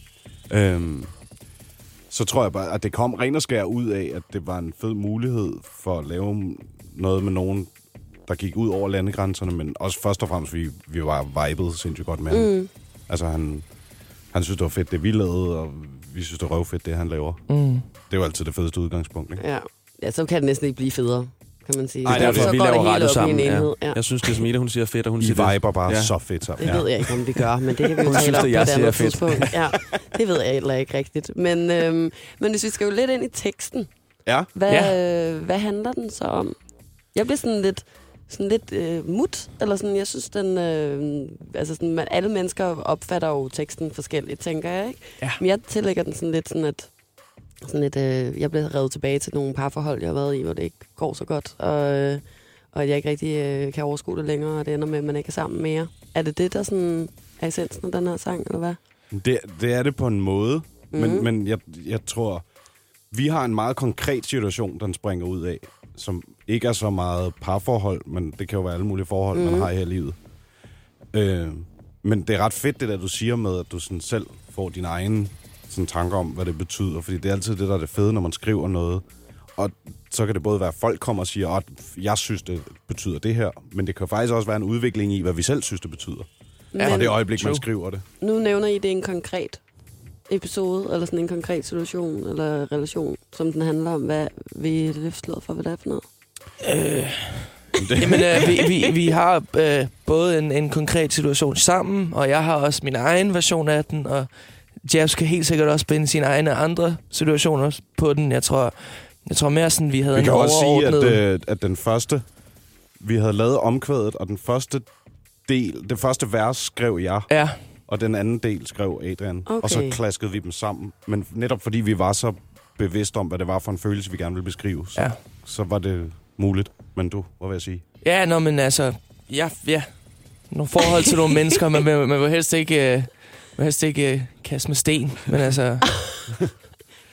Øhm, så tror jeg bare, at det kom ren og skær ud af, at det var en fed mulighed for at lave noget med nogen, der gik ud over landegrænserne, men også først og fremmest, vi, vi var vibet sindssygt godt med ham.
Mm.
Altså, han, han synes, det var fedt, det vi lavede, og vi synes, det var røvfedt, det han laver.
Mm.
Det er jo altid det fedeste udgangspunkt, ikke?
Ja. ja, så kan det næsten ikke blive federe, kan man sige.
Det er derfor,
så
vi
går det
laver radio
hele op i en
sammen. Ja.
enhed, Ja.
Jeg synes, det er som Ida, hun siger fedt, og hun
I
siger det.
viber bare
Ja.
ja. så fedt sammen.
Det ved jeg ikke, om vi gør, men det kan vi jo
Hun synes,
tale
det,
om på
jeg
et
siger, er
andet
fedt.
tidspunkt. Ja, det ved jeg heller ikke rigtigt. Men, øhm, men hvis vi skal jo lidt ind i teksten,
Ja.
hvad, øh, hvad handler den så om? Jeg bliver sådan lidt, sådan lidt øh, mut, eller sådan, jeg synes, den, øh, altså sådan, man, alle mennesker opfatter jo teksten forskelligt, tænker jeg, ikke?
Ja.
Men jeg tillægger den sådan lidt sådan, at sådan lidt, øh, jeg bliver revet tilbage til nogle parforhold, jeg har været i, hvor det ikke går så godt, og, øh, og at jeg ikke rigtig øh, kan overskue det længere, og det ender med, at man ikke er sammen mere. Er det det, der sådan er essensen af den her sang, eller hvad?
Det, det er det på en måde, mm. men,
Mhm.
men jeg, jeg tror, vi har en meget konkret situation, den springer ud af, som ikke er så meget parforhold, men det kan jo være alle mulige forhold, mm. man
Mhm.
har her i livet. Øh, men det er ret fedt, det der du siger med, at du sådan selv får din egen sådan, tanker om, hvad det betyder, fordi det er altid det, der er det fede, når man skriver noget. Og så kan det både være, at folk kommer og siger, at jeg synes, det betyder det her, men det kan faktisk også være en udvikling i, hvad vi selv synes, det betyder. Ja, og
Men-
det øjeblik, man
True.
skriver det.
Nu nævner I, det er en konkret episode, eller sådan en konkret situation, eller relation, som den handler om. Hvad vi løftet for, hvad det er for noget?
Øh, jamen, øh, vi, vi, vi har øh, både en, en konkret situation sammen, og jeg har også min egen version af den, og Jabs kan helt sikkert også binde sine egne andre situationer på den. Jeg tror, jeg tror mere sådan, vi havde
Vi
en
kan også sige,
overordnet...
at, øh, at den første, vi havde lavet omkvædet, og den første del, det første vers skrev jeg,
Ja,
og den anden del skrev Adrian.
Okay.
Og så klaskede vi dem sammen. Men netop fordi vi var så bevidste om, hvad det var for en følelse, vi gerne ville beskrive, så,
Ja.
så var det muligt. Men du, hvad vil jeg sige?
ja nå, men altså... Ja, ja. Nogle forhold til nogle mennesker, men man, man vil helst ikke... Øh, man vil helst ikke øh, kaste med sten, men altså...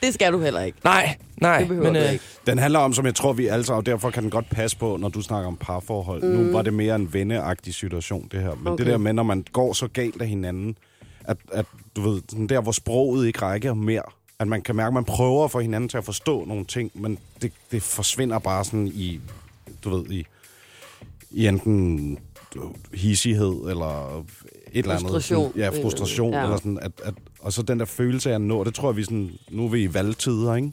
Det skal du heller ikke.
Nej, nej.
Det behøver
men, øh,
du ikke.
Den handler om, som jeg tror, vi alle sammen, og derfor kan den godt passe på, når du snakker om parforhold. Mm. Nu var det mere en venneagtig situation, det her. Men okay.
Okay.
det der med, når man går så galt af hinanden, at, at du ved, sådan der hvor sproget ikke rækker mere, at man kan mærke, at man prøver at få hinanden til at forstå nogle ting, men det, det forsvinder bare sådan i, du ved, i, i enten hissighed eller et eller andet.
Frustration.
Sådan, ja, frustration.
Ja.
Ja. Eller sådan, at, at, og så den der følelse af at nå, det tror jeg, vi sådan, nu er vi i valgtider, ikke?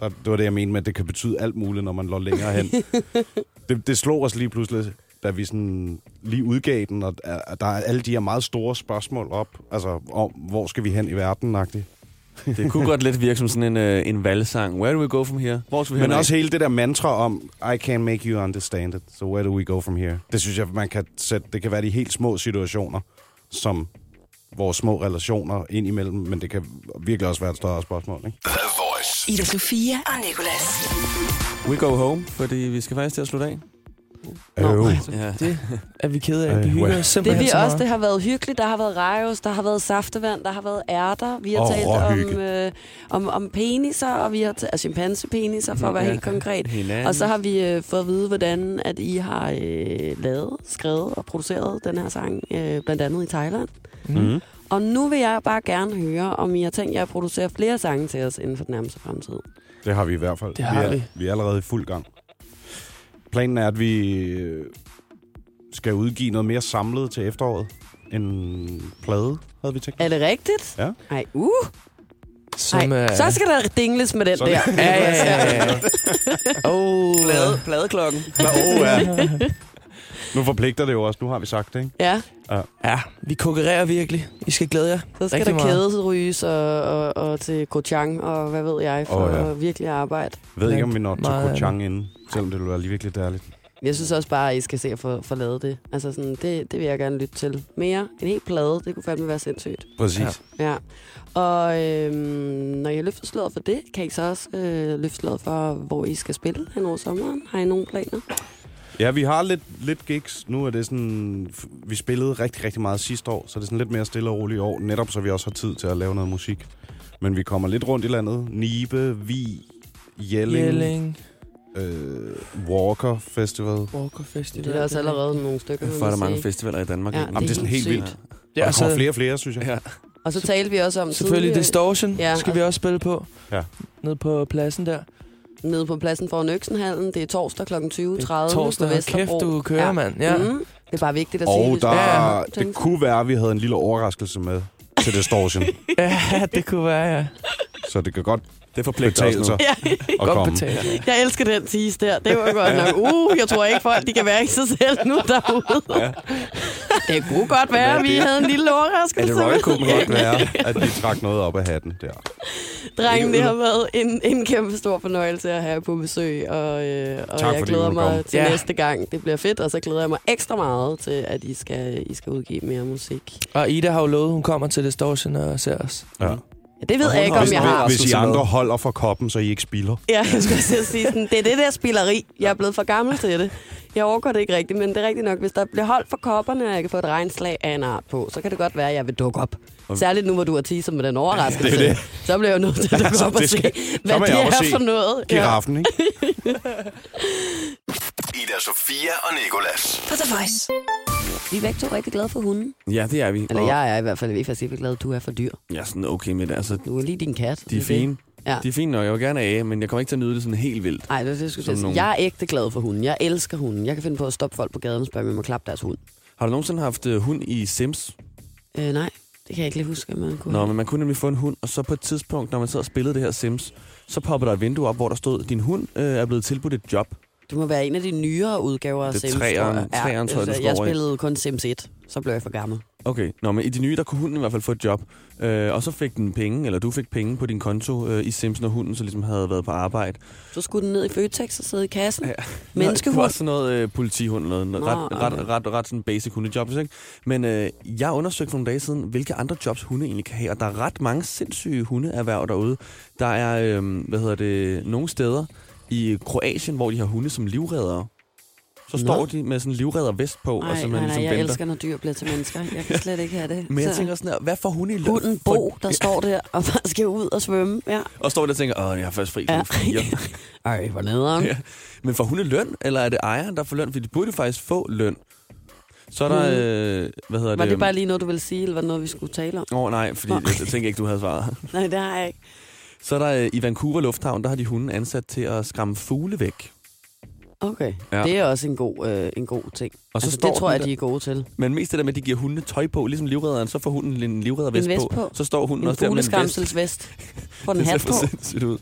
Der, det var det, jeg mente med, at det kan betyde alt muligt, når man når længere hen. det, det slog os lige pludselig, da vi sådan lige udgav den, og der er- der er alle de her meget store spørgsmål op, altså om, hvor skal vi hen i verden, -agtigt.
Det kunne godt lidt virke som sådan en, øh, en valgsang. Where do we go from here? Hvor skal vi
Men
hen?
også hele det der mantra om, I can make you understand it, so where do we go from here? Det synes jeg, man kan sætte, det kan være de helt små situationer, som vores små relationer ind imellem, men det kan virkelig også være et større spørgsmål, ikke?
Ida Sofia og Nicolas.
We go home, fordi vi skal faktisk til at slutte af.
Øv.
Ja.
Det er vi kede af. Vi
Ej,
hygger
wow.
os
Det er
simpelthen
vi
så
også.
meget.
Det har været hyggeligt. Der har været rejos, der har været saftevand, der har været ærter. Vi har
Og
talt om,
råhygge.
øh, om, om peniser, og vi har talt altså, chimpansepeniser, for at være
Ja.
helt konkret.
Hinanden.
Og så har vi øh, fået at vide, hvordan at I har øh, lavet, skrevet og produceret den her sang, øh, blandt andet i Thailand.
Mm.
Og nu vil jeg bare gerne høre, om I har tænkt jer at producere flere sange til os inden for den nærmeste fremtid.
Det har vi i hvert fald.
Det har
vi, er,
vi.
vi er allerede i fuld gang. Planen er, at vi øh, skal udgive noget mere samlet til efteråret. En plade, havde vi tænkt.
Er det rigtigt?
Ja.
Ej, uh.
Som,
Ej,
øh,
så skal der dingles med den
Sådan.
der.
Ja, ja, ja, ja. Oh,
pladeklokken.
Åh, ja. Nu forpligter det jo også. Nu har vi sagt det, ikke?
ja.
Ja, vi konkurrerer virkelig. I skal glæde jer.
Så skal
Rigtig
der
meget.
kædesryges og, og, og til Kochang og hvad ved jeg, for
Åh, ja.
at virkelig arbejde.
Jeg ved ikke, om vi når til
Meget-
Kochang inden, selvom det ville være lige virkelig dærligt.
Jeg synes også bare, at I skal se at få, få lavet det. Altså sådan, det, det vil jeg gerne lytte til. Mere, en helt plade, det kunne fandme være sindssygt.
Præcis.
Ja.
Ja. Og øhm, når I har løftet sløret for det, kan I så også øh, løfte sløret for, hvor I skal spille hen over sommeren? Har I nogle planer?
Ja, vi har lidt, lidt gigs. Nu er det sådan... f- Vi spillede rigtig, rigtig meget sidste år, så det er sådan lidt mere stille og roligt i år. Netop så vi også har tid til at lave noget musik. Men vi kommer lidt rundt i landet. Nibe, Vi, Jelling, Jelling.
Jelling.
øh, Walker Festival.
Walker Festival.
Det er der også allerede nogle stykker,
For er der mange festivaler i Danmark.
Ja,
egentlig.
det er helt sygt.
Ja, og der kommer flere og flere, synes jeg. altså- Ja.
Og så talte vi også om
altså Selvfølgelig
tidligere-
Distortion
Ja,
ja, skal vi også spille på.
Ja.
Ned på pladsen der.
nede på pladsen foran Øksenhallen. Det er torsdag kl. 20.30
torsdag.
på
Hold
Vesterbro.
kæft, du kører, mand. Ja.
Mm. Det er bare vigtigt at sige.
Og
hvis man
der,
har
det
tænkt-
kunne være, at vi havde en lille overraskelse med til Distortion.
ja, det kunne være, ja.
så det kan godt
Det forpligter
betale
os nu.
sig
Ja,
at
Godt
komme.
betalt.
jeg elsker den tease der. Det var godt nok. Uh, jeg tror ikke folk, de kan være i sig selv nu derude. Det kunne godt være, at vi havde en lille
Er
overraskelse.
det Royal
Det kan godt
Copenhagen?
være, at vi trak noget op af hatten der.
Drengen, det har været en, en kæmpe stor fornøjelse at have på besøg, og, øh, og
Tak,
jeg
fordi
glæder
du
mig
kom.
til
Ja.
næste gang. Det bliver fedt, og så glæder jeg mig ekstra meget til, at I skal, I skal udgive mere musik.
Og Ida har jo lovet, hun kommer til Distortion og ser os.
Ja.
Ja, det ved jeg ikke,
har
om
Hvis,
jeg har.
hvis I
Sådan
andre
noget.
holder for koppen, så I ikke spilder.
Ja, jeg skulle til at sige sådan, det er det der spilleri. Jeg er blevet for gammel til det. Jeg overgår det ikke rigtigt, men det er rigtigt nok. Hvis der bliver holdt for kopperne, og jeg kan få et regnslag af en art på, så kan det godt være, at jeg vil dukke op. Særligt nu, hvor du har teaset med den overraskelse.
Det er det.
Så bliver jeg jo nødt til at dukke
Altså,
op og
det
se,
skal-
hvad
så må
det
jeg op og
er
se
for noget. Ja.
Giraffen, ikke?
Ida Sofia og Nicolas.
På The Voice.
Vi er begge to rigtig glade for hunden.
Ja, det er vi.
Eller
Og
jeg er i hvert fald i hvert fald glad, du er for dyr.
Jeg er sådan okay med det. Altså,
Du er lige din kat.
de er fine.
Ja.
De er fine nok. Jeg vil gerne af, men jeg kommer ikke til at nyde det sådan helt vildt.
Nej, det, det skulle
Som
jeg sige.
nogen.
Jeg er ægte glad for hunden. Jeg elsker hunden. Jeg kan finde på at stoppe folk på gaden og spørge, om jeg må klappe deres hund.
Har du nogensinde haft øh, hund i Sims?
Øh, nej, det kan jeg ikke lige huske, at man kunne.
Nå, men man kunne nemlig få en hund, og så på et tidspunkt, når man sad og spillede det her Sims, så poppede der et vindue op, hvor der stod, din hund øh, er blevet tilbudt et job.
Det må være en af de nyere udgaver af
Det er
Sims.
treeren-
tror jeg.
treeren, tror jeg, den
altså,
står
jeg
over i.
spillede kun Sims 1, så blev jeg for gammel.
Okay, nå, men i de nye, der kunne hunden i hvert fald få et job. Øh, og så fik den penge, eller du fik penge på din konto øh, i Sims, når hunden så ligesom havde været på arbejde.
Så skulle den ned i Føtex og sidde i kassen. Ja.
Nå, Det var
Menneskehund.
sådan noget øh, politihund eller noget.
Nå,
ret,
okay.
ret, ret, ret, sådan basic hundejobs, ikke? Men øh, jeg undersøgte for nogle dage siden, hvilke andre jobs hunde egentlig kan have. Og der er ret mange sindssyge hundeerhverv derude. Der er, øh, hvad hedder det, nogle steder i Kroatien, hvor de har hunde som livreddere. Så
Nå.
står de med sådan en livreddervest på,
Nej,
og så man
nej, nej,
ligesom
jeg
venter.
elsker, når dyr bliver til mennesker. Jeg kan slet ikke have det.
Men jeg
Så-
tænker sådan her, hvad får hunde i løn?
Hunden Bo, der står der og bare skal ud og svømme. Ja.
Og står der og tænker, åh, jeg har først fri
Ja.
ja. fire.
Ej, hvor nederen.
Ja. Men får hun en løn, eller er det ejeren, der får løn? Fordi de burde faktisk få løn. Så er der, øh, hvad hedder
Hmm. Var
det?
det bare lige noget, du ville sige, eller var det noget, vi skulle tale om?
Åh oh, nej, fordi
Nå.
jeg, jeg tænker ikke, du havde svaret.
Nej, det har jeg ikke.
Så er der øh, i Vancouver Lufthavn, der har de hunden ansat til at skræmme fugle væk.
Okay, ja.
Ja.
det er også en god, øh, en god ting.
Og så
altså,
står
det tror
den
jeg,
der-
de er gode til.
Men mest det der med, at de giver hundene tøj på, ligesom livredderen, så får hunden en livreddervest
En vest
på.
på.
Så står hunden
En
også der med en vest.
fugleskamselsvest. Får den
Det ser
hat
for
på.
sindssygt ud.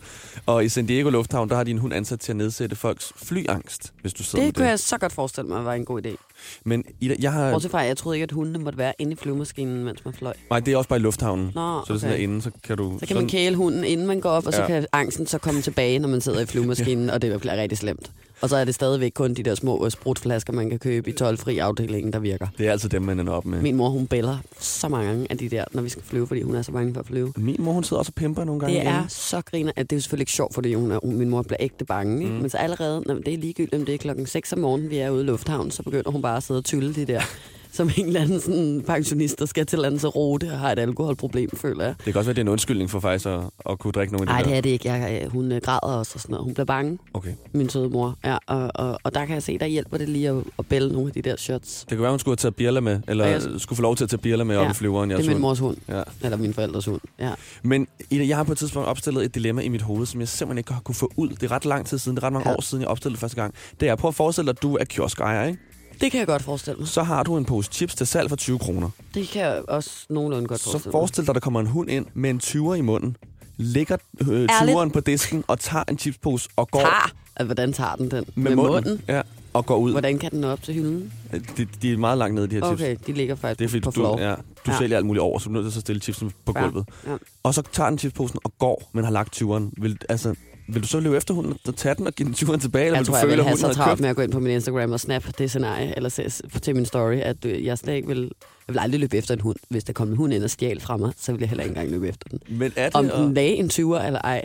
Og i San Diego Lufthavn, der har de en hund ansat til at nedsætte folks flyangst, hvis du sidder
Det
med
kunne jeg så godt forestille mig var en god idé.
Men Ida, jeg har...
Bortset fra, at jeg troede ikke, at hundene måtte være inde i flyvemaskinen, mens man fløj.
Nej, det er også bare i lufthavnen.
Nå,
Så det er sådan
okay.
derinde, så kan du...
Så kan man kæle hunden, inden man går op, og så
Ja.
kan angsten så komme tilbage, når man sidder i flyvemaskinen, og det bliver rigtig slemt. Og så er det stadigvæk kun de der små øh, sprutflasker, man kan købe i 12-fri afdelingen, der virker.
Det er altid dem, man ender op med.
Min mor, hun bæller så mange af de der, når vi skal flyve, fordi hun er så bange for at flyve.
Min mor, hun sidder også og pimper nogle gange.
Det er
derinde.
så griner, at det er jo selvfølgelig ikke sjovt, fordi hun er, hun, min mor bliver ægte bange. Mm. Men så allerede, når det er ligegyldigt, om det er klokken 6 om morgenen, vi er ude i lufthavnen, så begynder hun bare at sidde og tylle de der, som en eller anden sådan, pensionist, der skal til landet og rote og har et alkoholproblem, føler jeg.
Det kan også være, det er en undskyldning for faktisk at, at kunne drikke nogle af de
Nej,
der.
det er det ikke. Jeg, øh, hun øh, græder også og sådan noget. Hun bliver bange,
Okay.
min søde mor. Ja, og, og, og der kan jeg se, der hjælper det lige at, at bælge nogle af de der shots.
Det kan være, hun skulle have taget birler med, eller
Og jeg-
skulle få lov til at tage birler med ja, op i flyveren.
det
Jeg
er min mors hund.
Ja.
Eller min forældres hund. Ja.
Men Ida, jeg har på et tidspunkt opstillet et dilemma i mit hoved, som jeg simpelthen ikke har kunne få ud. Det er ret lang tid siden, det er ret mange
Ja.
ja. år siden, jeg opstillede det første gang. Det er, prøv at forestille dig, at du er kioskejer, ikke?
Det kan jeg godt forestille mig.
Så har du en pose chips til salg for 20 kroner.
Det kan jeg også nogenlunde godt
Så
forestille mig.
forestil dig, at der kommer en hund ind med en 20'er i munden, lægger øh,
Ærligt?
20'eren på disken og tager en chipspose og går
Tar! Altså, hvordan tager den den?
med, munden. Ja, og går ud. Øh,
Hvordan kan den nå op til hylden?
De, de, er meget langt nede, de her chips.
Okay, de ligger faktisk
Det er fordi,
på
du,
floor.
ja, du
Ja.
ja. sælger alt muligt over, så du er nødt til at stille chipsen på
Ja,
gulvet.
ja.
Og så tager den chipsposen og går, men har lagt 20'eren. Vil, altså, vil du så løbe efter hunden og tage den og give den 20'eren tilbage? Eller vil
Jeg tror,
du
jeg
føle,
ville
at
have
hunden
så
har
travlt
købt?
med at gå ind på min Instagram og snap det scenarie, eller se, til min story, at øh, jeg slet ikke vil... Jeg vil aldrig løbe efter en hund. Hvis der kom en hund ind og stjal fra mig, så ville jeg heller ikke engang løbe efter den.
Men er det,
Om
Om,
den lagde en 20'er eller ej,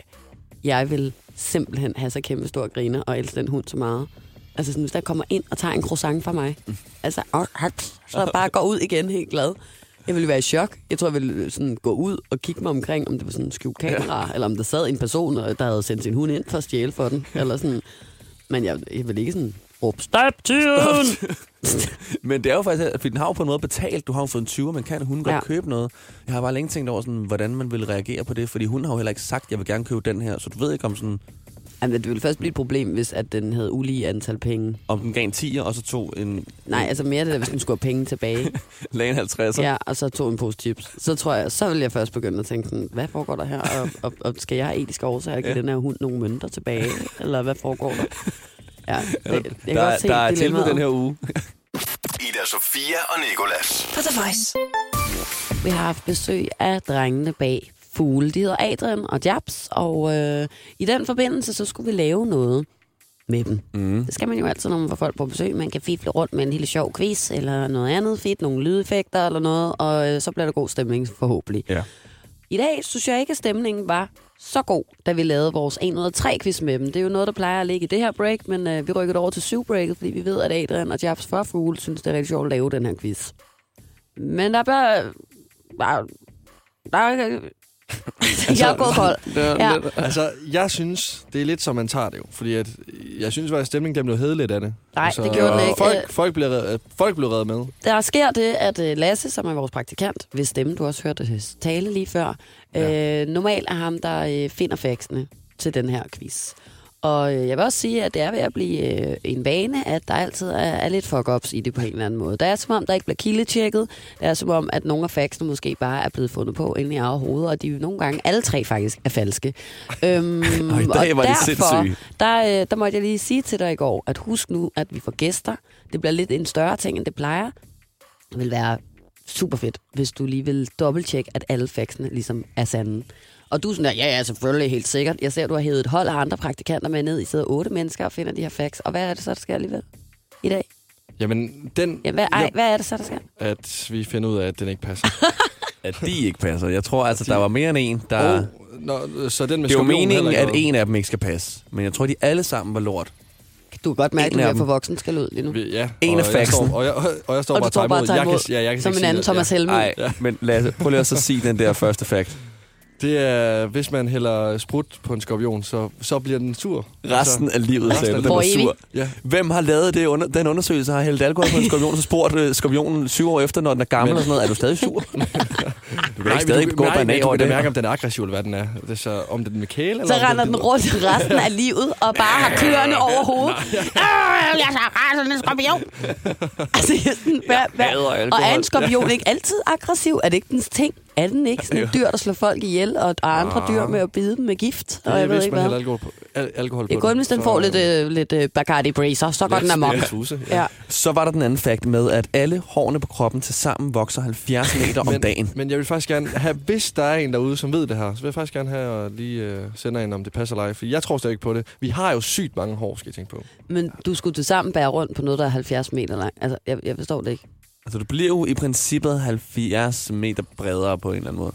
jeg vil simpelthen have så kæmpe stor griner og elske den hund så meget. Altså sådan, hvis der kommer ind og tager en croissant fra mig, altså, og- haps, så bare går ud igen helt glad. Jeg ville være i chok. Jeg tror, jeg ville øh, sådan gå ud og kigge mig omkring, om det var sådan en skjult kamera, ja. eller om der sad en person, og der havde sendt sin hund ind for at stjæle for den. Eller sådan. Men jeg, jeg vil ikke sådan råbe, stop tyven!
Men det er jo faktisk, fordi den har jo på en måde betalt. Du har jo fået en 20, men kan hun godt
Ja.
ja. købe noget? Jeg har bare længe tænkt over, sådan, hvordan man vil reagere på det, fordi hun har jo heller ikke sagt, jeg vil gerne købe den her, så du ved ikke om sådan...
Jamen, det ville først blive et problem, hvis at den havde ulige antal penge.
Om den gav en 10'er, og så tog en...
Nej, altså mere det der, hvis hun skulle have penge tilbage.
Lagde en 50'er.
ja, og så tog en pose chips. Så tror jeg, så vil jeg først begynde at tænke sådan, hvad foregår der her? Og, og, og skal jeg have etiske årsager? Give
Ja.
den her hund nogle mønter tilbage? Eller hvad foregår der? Ja, det, jeg kan
der,
godt se
der er tilbud
dilemmaet.
den her uge.
Ida Sofia og Nikolas.
På The Voice.
Vi har haft besøg af drengene bag Fugle. De hedder Adrian og Jabs, og øh, i den forbindelse, så skulle vi lave noget med dem. Mm. Det skal man jo altid, når man får folk på besøg. Man kan fifle rundt med en lille sjov quiz, eller noget andet fedt, nogle lydeffekter eller noget, og øh, så bliver der god stemning forhåbentlig.
Ja.
I dag synes jeg ikke, at stemningen var så god, da vi lavede vores 1 ud af 3 quiz med dem. Det er jo noget, der plejer at ligge i det her break, men øh, vi rykker det over til 7 breaket, fordi vi ved, at Adrian og Jabs fra Fugle synes, det er rigtig sjovt at lave den her quiz. Men der er bare... Der, der er,
Altså-
jeg er gået kold. Ja.
Ja. Altså, jeg synes, det er lidt som man tager det jo, fordi at, øh, jeg synes faktisk, at stemningen den blev hedeligt af det. Altså,
Nej, det gjorde den ikke. Øh,
Folk, folk, blev reddet, folk blev reddet med.
Der sker det, at øh, Lasse, som er vores praktikant, hvis stemme, du også hørte hendes tale lige før, ja. øh, normalt er ham, der øh, finder faxene til den her quiz. Og øh, jeg vil også sige, at det er ved at blive øh, en vane, at der altid er, er lidt fuck-ups i det på en eller anden måde. Der er som om, der ikke bliver kildetjekket. Det er som om, at nogle af faxene måske bare er blevet fundet på inde i eget hoved, og de er jo nogle gange alle tre faktisk er falske. Øhm,
Ej,
og
der var de
derfor,
sindssyge.
der, øh, der måtte jeg lige sige til dig i går, at husk nu, at vi får gæster. Det bliver lidt en større ting, end det plejer. Det vil være super fedt, hvis du lige vil dobbelttjekke, at alle faxene ligesom er sande. Og du er sådan der, ja, ja, selvfølgelig, helt sikkert. Jeg ser, at du har hævet et hold af andre praktikanter med ned. I sidder otte mennesker og finder de her fax. Og hvad er det så, der sker alligevel i dag?
Jamen, den...
Ja, hvad, ej,
jeg-
hvad er det så, der sker?
At vi finder ud af, at den ikke passer.
at de ikke passer. Jeg tror altså, der var mere end en, der...
Oh, nå, så den med
det er jo
skorpionen heller
meningen,
ikke
at
noget.
en af dem ikke skal passe. Men jeg tror, de alle sammen var lort.
Du kan godt mærke, at du
En af
er for
dem.
voksen skal ud lige nu.
Ja,
En af
og jeg står-
faxen.
Og jeg, og jeg står
Og du
bare og
står bare og
imod.
tager
Jeg kan,
imod.
ja, jeg kan
Som
ikke
en
sige
anden
det.
Thomas Helmig.
Nej, men Lasse, prøv lige at så sige den der første fact.
Det er, hvis man hælder sprut på en skorpion, så, så bliver den sur.
Resten
Altså,
af livet,
resten
sagde
af
du, den
livet.
er sur.
Ja.
Hvem har lavet det under, den undersøgelse, har hældt alkohol på en skorpion, så spurgt øh, skorpionen syv år efter, når den er gammel
Men-
og sådan noget, er du stadig sur? du kan
Nej,
ikke stadig
men
gå
nej,
og
men
banage
du
over
kan da
det.
mærke, om den er aggressiv, eller hvad den er. Det er så, om den vil kæle,
Så
eller om
render den rundt resten af livet og bare har kløerne over hovedet. Øh, jeg er så rasende skorpion. Altså, jeg er sådan, hvad, hvad? Og er en skorpion ikke altid aggressiv? Er det ikke dens ting? Er den ikke sådan et dyr, der slår folk ihjel, og, og andre dyr med at bide dem med gift? Og
Ah. Det er,
jeg ved
hvis
ikke
man hælder
hvad.
alkohol på, al- alkohol
Det er
på
kun,
den,
hvis den
så-
får lidt, øh, lidt øh, Bacardi Breezer, så går den amok.
Lidt tusse,
Ja.
Så var der den anden fact med, at alle hårene på kroppen til sammen vokser 70 meter om
men,
dagen.
Men jeg vil faktisk gerne have, hvis der er en derude, som ved det her, så vil jeg faktisk gerne have og lige øh, sende en, om det passer eller ej. Fordi jeg tror slet ikke på det. Vi har jo sygt mange hår, skal jeg tænke på.
Men du skulle til sammen bære rundt på noget, der er 70 meter langt. Altså, jeg, jeg forstår det ikke.
Altså, du bliver jo i princippet 70 meter bredere på en eller anden måde.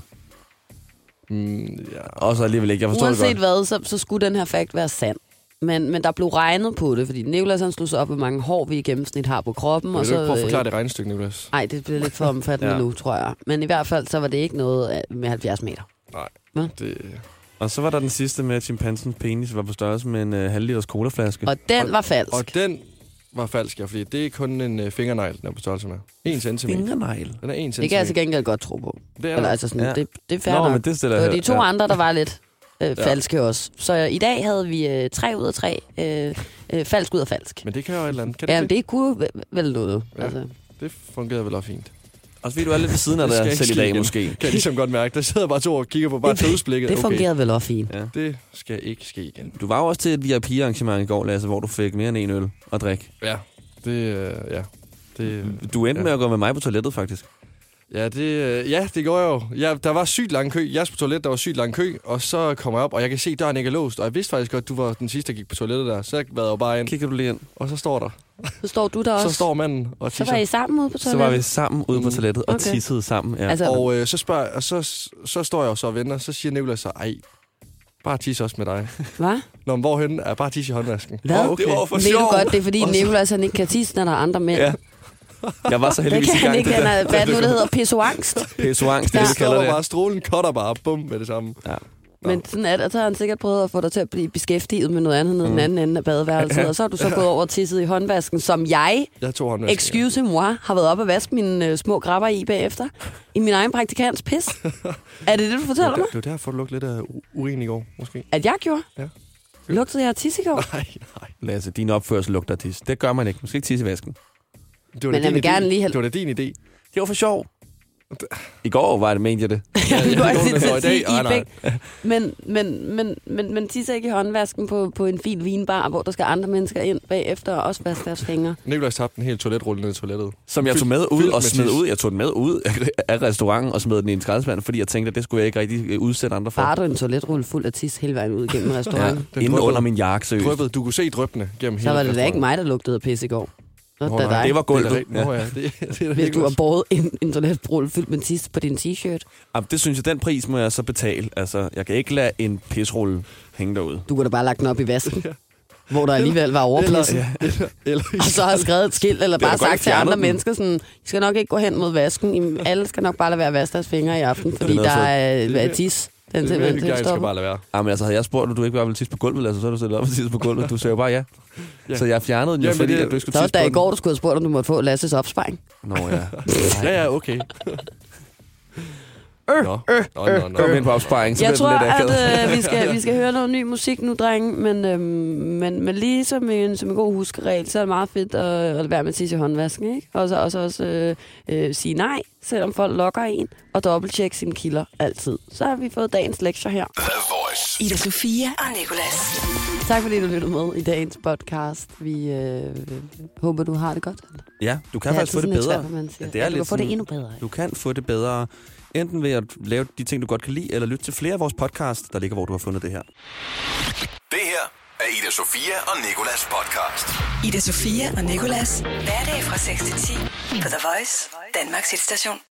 Mm, ja.
Og så alligevel ikke. Jeg forstår
Uanset
det godt.
hvad, så, så skulle den her fakt være sand. Men, men der blev regnet på det, fordi Nicolas han slog sig op, hvor mange hår vi i gennemsnit har på kroppen.
Vil
og
du
så,
ikke prøve at
øh,
forklare det regnestykke, Niklas?
Nej, det bliver lidt for omfattende ja.
Ja.
nu, tror jeg. Men i hvert fald, så var det ikke noget øh, med 70 meter.
Nej.
Hvad?
Det...
Og så var der den sidste med, at chimpansens penis var på størrelse med en uh, halv liters colaflaske.
Og den var falsk.
Og den var falsk, ja, fordi det er kun en øh, fingernegl, den er på størrelse med. En centimeter.
Fingernegl?
Den er en centimeter.
Det kan jeg til gengald godt tro på.
Det er
Eller,
der.
altså sådan, ja.
Ja.
det, det er fair
Nå,
nok.
men det stiller
det var
jeg-
de to
ja.
andre, der var lidt øh,
Ja.
falske også. Så øh, i dag havde vi øh, tre ud af tre øh, øh, falsk ud af falsk.
Men det kan jo et eller andet. Kan
ja,
det,
men det kunne vel- vel noget.
Ja.
Altså.
det fungerede vel også fint.
Og så ved du er lidt ved siden af
Det skal
dig
ikke
selv i
ske
dag,
igen.
måske.
Kan jeg ligesom godt mærke. Der sidder bare to og kigger på bare tødsblikket.
det fungerede vel også fint.
Ja.
Det skal ikke ske igen.
Du var jo også til et VIP-arrangement i går, Lasse, hvor du fik mere end en øl og drik.
Ja, det, øh, ja. Det,
Du endte ja.
ja.
med at gå med mig på toilettet, faktisk.
Ja, det, øh, ja, det går jeg jo. Ja, der var sygt lang kø. Jeg skulle på toilet, der var sygt lang kø, og så kommer jeg op, og jeg kan se, at døren ikke er låst. Og jeg vidste faktisk godt, at du var den sidste, der gik på toilettet der. Så jeg været jo bare ind.
Kigger du lige ind.
Og så står der.
Så står du der også.
Så står manden og
så
tisser.
var I sammen ude på toilettet?
Så var vi sammen ude på toilettet og
Okay.
tissede sammen. Ja.
Altså-
Altså,
Og øh, så, spørger, og så, så står jeg jo så og venter, så siger Nicolas så, ej, bare tis også med dig.
Hvad?
Nå, men hvorhen er bare tis i håndvasken.
Hvad?
Åh, okay.
Ved du godt, det er fordi Nicolas han ikke kan tisse, når der er andre mænd.
Ja. Jeg var så
Det
heldigvis
kan
i gang.
han ikke, han er, hvad er det nu, det hedder? Pissoangst?
Pissoangst, det
Ja.
ja.
Så
kalder
var
det.
bare strålen cutter bare, bum, med det samme.
Ja.
Men sådan er det, og så har han sikkert prøvet at få dig til at blive beskæftiget med noget andet nede i
Mm.
den anden ende af badeværelset, og så har du så gået over og tisset i håndvasken, som jeg,
Jeg tog håndvasken.
excuse moi, har været op og vaske mine øh, små grabber i bagefter, i min egen praktikants pis. er det det, du fortæller mig?
Det var derfor, du lugtede lidt af u- urin i går, måske.
At jeg gjorde?
Ja.
Lugtede jeg af tis i går?
Lasse, din opførsel lugter af tis. Det gør man ikke. Man skal ikke tisse i vasken.
Det var
Men
da
jeg
din
vil
idé.
gerne lige have-
Det var da din idé.
Det var for sjov. I går var det, mente jeg det.
Jeg kunne
det
ikke
går
sige til
i dag.
i
Ej, nej.
bæk. Men, men, men, men, men tisser ikke i håndvasken på, på en fin vinbar, hvor der skal andre mennesker ind bagefter og også vaske deres fingre.
Nikolajs tabte en hel toiletrulle ned i toilettet.
Som jeg
Fyldt-
tog med ud
fyldt
og smed
tis.
ud. Jeg tog den med ud af restauranten og smed den i en skraldespand, fordi jeg tænkte, at det skulle jeg ikke rigtig øh, udsætte andre for.
Bare du en toiletrulle fuld af tis hele vejen ud gennem restauranten.
Ja, inden
dryppede.
under min jakke, seriøst.
Dryppede. Du kunne se dryppene gennem
Så
hele
var det da
restauranten.
ikke mig, der lugtede af pis i går. Nå,
Nå,
da
nej,
dig.
Det var gulvet.
Det er da rigtigt. Nå,
Ja.
ja, det, det er da
Hvis
ikke
du har
også-
båret en, en toiletrulle fyldt med tis på din t-shirt.
Jamen, det synes jeg, den pris må jeg så betale. Altså, jeg kan ikke lade en pisrulle hænge derude.
Du kunne da bare lagt den op i vasken. Hvor der alligevel var overpladsen.
Eller, eller, eller,
Og så har skrevet et skilt, eller
Det er
bare
da godt,
sagt
I
til
fjernede
andre
den.
mennesker, sådan, I skal nok ikke gå hen mod vasken. I, alle skal nok bare lade være at vaske deres fingre i aften, fordi
noget
der
fedt.
er, øh,
Det er
er tis. Den
det er mere
simpelthen
hygiejnisk at
tilstopper.
bare lade være.
Jamen, altså, havde jeg spurgt, at du ikke bare ville tisse på gulvet, altså, så havde du stillet op og tisse på gulvet. Du sagde jo bare ja.
Ja.
ja. Så jeg fjernede den jo, Jamen,
Jamen,
fordi
det-
det, at du ikke skulle
Så var
tisse
det da
på
i
den.
går, du skulle have spurgt, om du måtte få Lasses opsparing.
Nå, ja.
Ja, ja, okay. Nå, nå, nå, nå.
Kom ind på opsparing, så
Jeg
bliver
tror,
det lidt akavet.
at øh, vi, skal, vi skal høre noget ny musik nu, drenge, men, øhm, men, men lige som en, som en god huskeregel, så er det meget fedt at, at lade være med at tisse i håndvasken, ikke? Og så også, også øh, øh, sige nej, selvom folk lokker en, og dobbelttjekke sine kilder altid. Så har vi fået dagens lektier her.
Ida Sofia og Nicolas.
Tak fordi du lyttede med i dagens podcast. Vi øh, håber, du har det godt.
Ja, du kan
Det er
faktisk
altid
få det
sådan
bedre.
lidt svært, hvad man siger.
det er
Ja, du
lidt
kan få det
sådan-
endnu bedre, ikke?
Du kan få det bedre, enten ved at lave de ting, du godt kan lide, eller lytte til flere af vores podcast, der ligger, hvor du har fundet det her.
Det her er Ida Sofia og Nikolas podcast.
Ida Sofia og Nicolas. Hverdag fra 6 til 10 på The Voice, Danmarks hitstation.